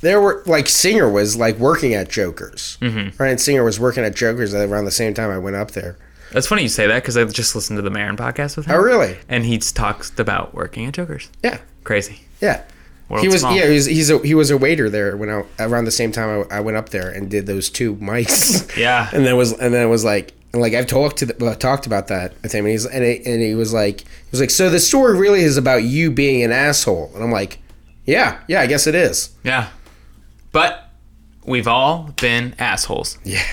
Speaker 3: there were like Singer was like working at Joker's. Mm-hmm. Ryan Singer was working at Joker's around the same time I went up there.
Speaker 4: That's funny you say that because I just listened to the Marin podcast with him.
Speaker 3: Oh, really?
Speaker 4: And he talks about working at Joker's.
Speaker 3: Yeah,
Speaker 4: Crazy.
Speaker 3: yeah.
Speaker 4: World's
Speaker 3: he was
Speaker 4: small.
Speaker 3: yeah he was, he's a, he was a waiter there when I around the same time I, I went up there and did those two mics.
Speaker 4: Yeah.
Speaker 3: and then was and then it was like and like I've talked to the, uh, talked about that with him and he's and, it, and he was like he was like so the story really is about you being an asshole and I'm like yeah yeah I guess it is
Speaker 4: Yeah. But we've all been assholes.
Speaker 3: yeah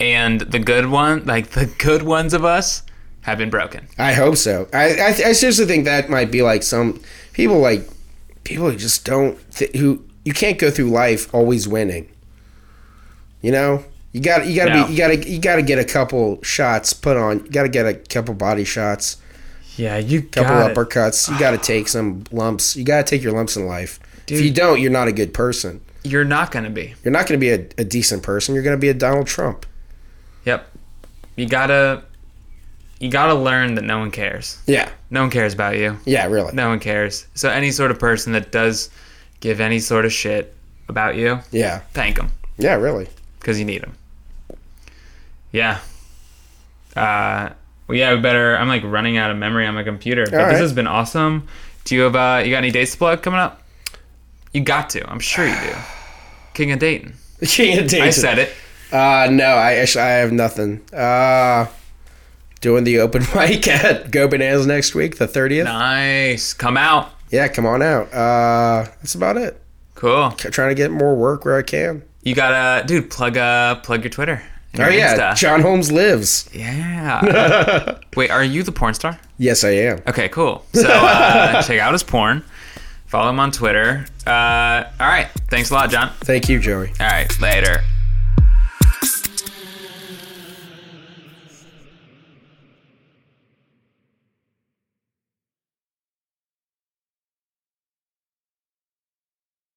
Speaker 4: And the good one, like the good ones of us, have been broken.
Speaker 3: I hope so I I, I seriously think that might be like some people like people who just don't th- who you can't go through life always winning you know you got you got to
Speaker 4: No.
Speaker 3: be you got to you got to get a couple shots put on you got to get a couple body shots
Speaker 4: Yeah, you
Speaker 3: couple uppercuts you got to take some lumps you got to take your lumps in life if you
Speaker 4: Dude.
Speaker 3: don't you're not a good person
Speaker 4: You're not gonna be.
Speaker 3: you're not going to be a, a decent person you're going to be a donald trump
Speaker 4: Yep. You gotta you gotta learn that no one cares.
Speaker 3: yeah
Speaker 4: No one cares about you.
Speaker 3: yeah really
Speaker 4: No one cares. So any sort of person that does give any sort of shit about you,
Speaker 3: yeah
Speaker 4: thank them
Speaker 3: yeah really
Speaker 4: because you need them. Yeah. Uh, well, yeah, we better. I'm like running out of memory on my computer, but
Speaker 3: All right.
Speaker 4: this has been awesome. Do you have uh, you got any dates to plug coming up? You got to. I'm sure you do. King of Dayton.
Speaker 3: king of
Speaker 4: I said it.
Speaker 3: Uh, no, I actually I have nothing. Uh, doing the open mic at Go Bananas next week, the thirtieth.
Speaker 4: Nice. Come out.
Speaker 3: Yeah, come on out. Uh, that's about it.
Speaker 4: Cool.
Speaker 3: C- trying to get more work where I can.
Speaker 4: You gotta, dude. Plug uh, plug your Twitter. and
Speaker 3: Oh
Speaker 4: your
Speaker 3: yeah,
Speaker 4: Insta.
Speaker 3: John Holmes lives.
Speaker 4: Yeah. Wait, are you the porn star?
Speaker 3: Yes, I am.
Speaker 4: Okay, cool. So uh, check out his porn. Follow him on Twitter. Uh, all right. Thanks a lot, John.
Speaker 3: Thank you, Joey.
Speaker 4: All right. Later.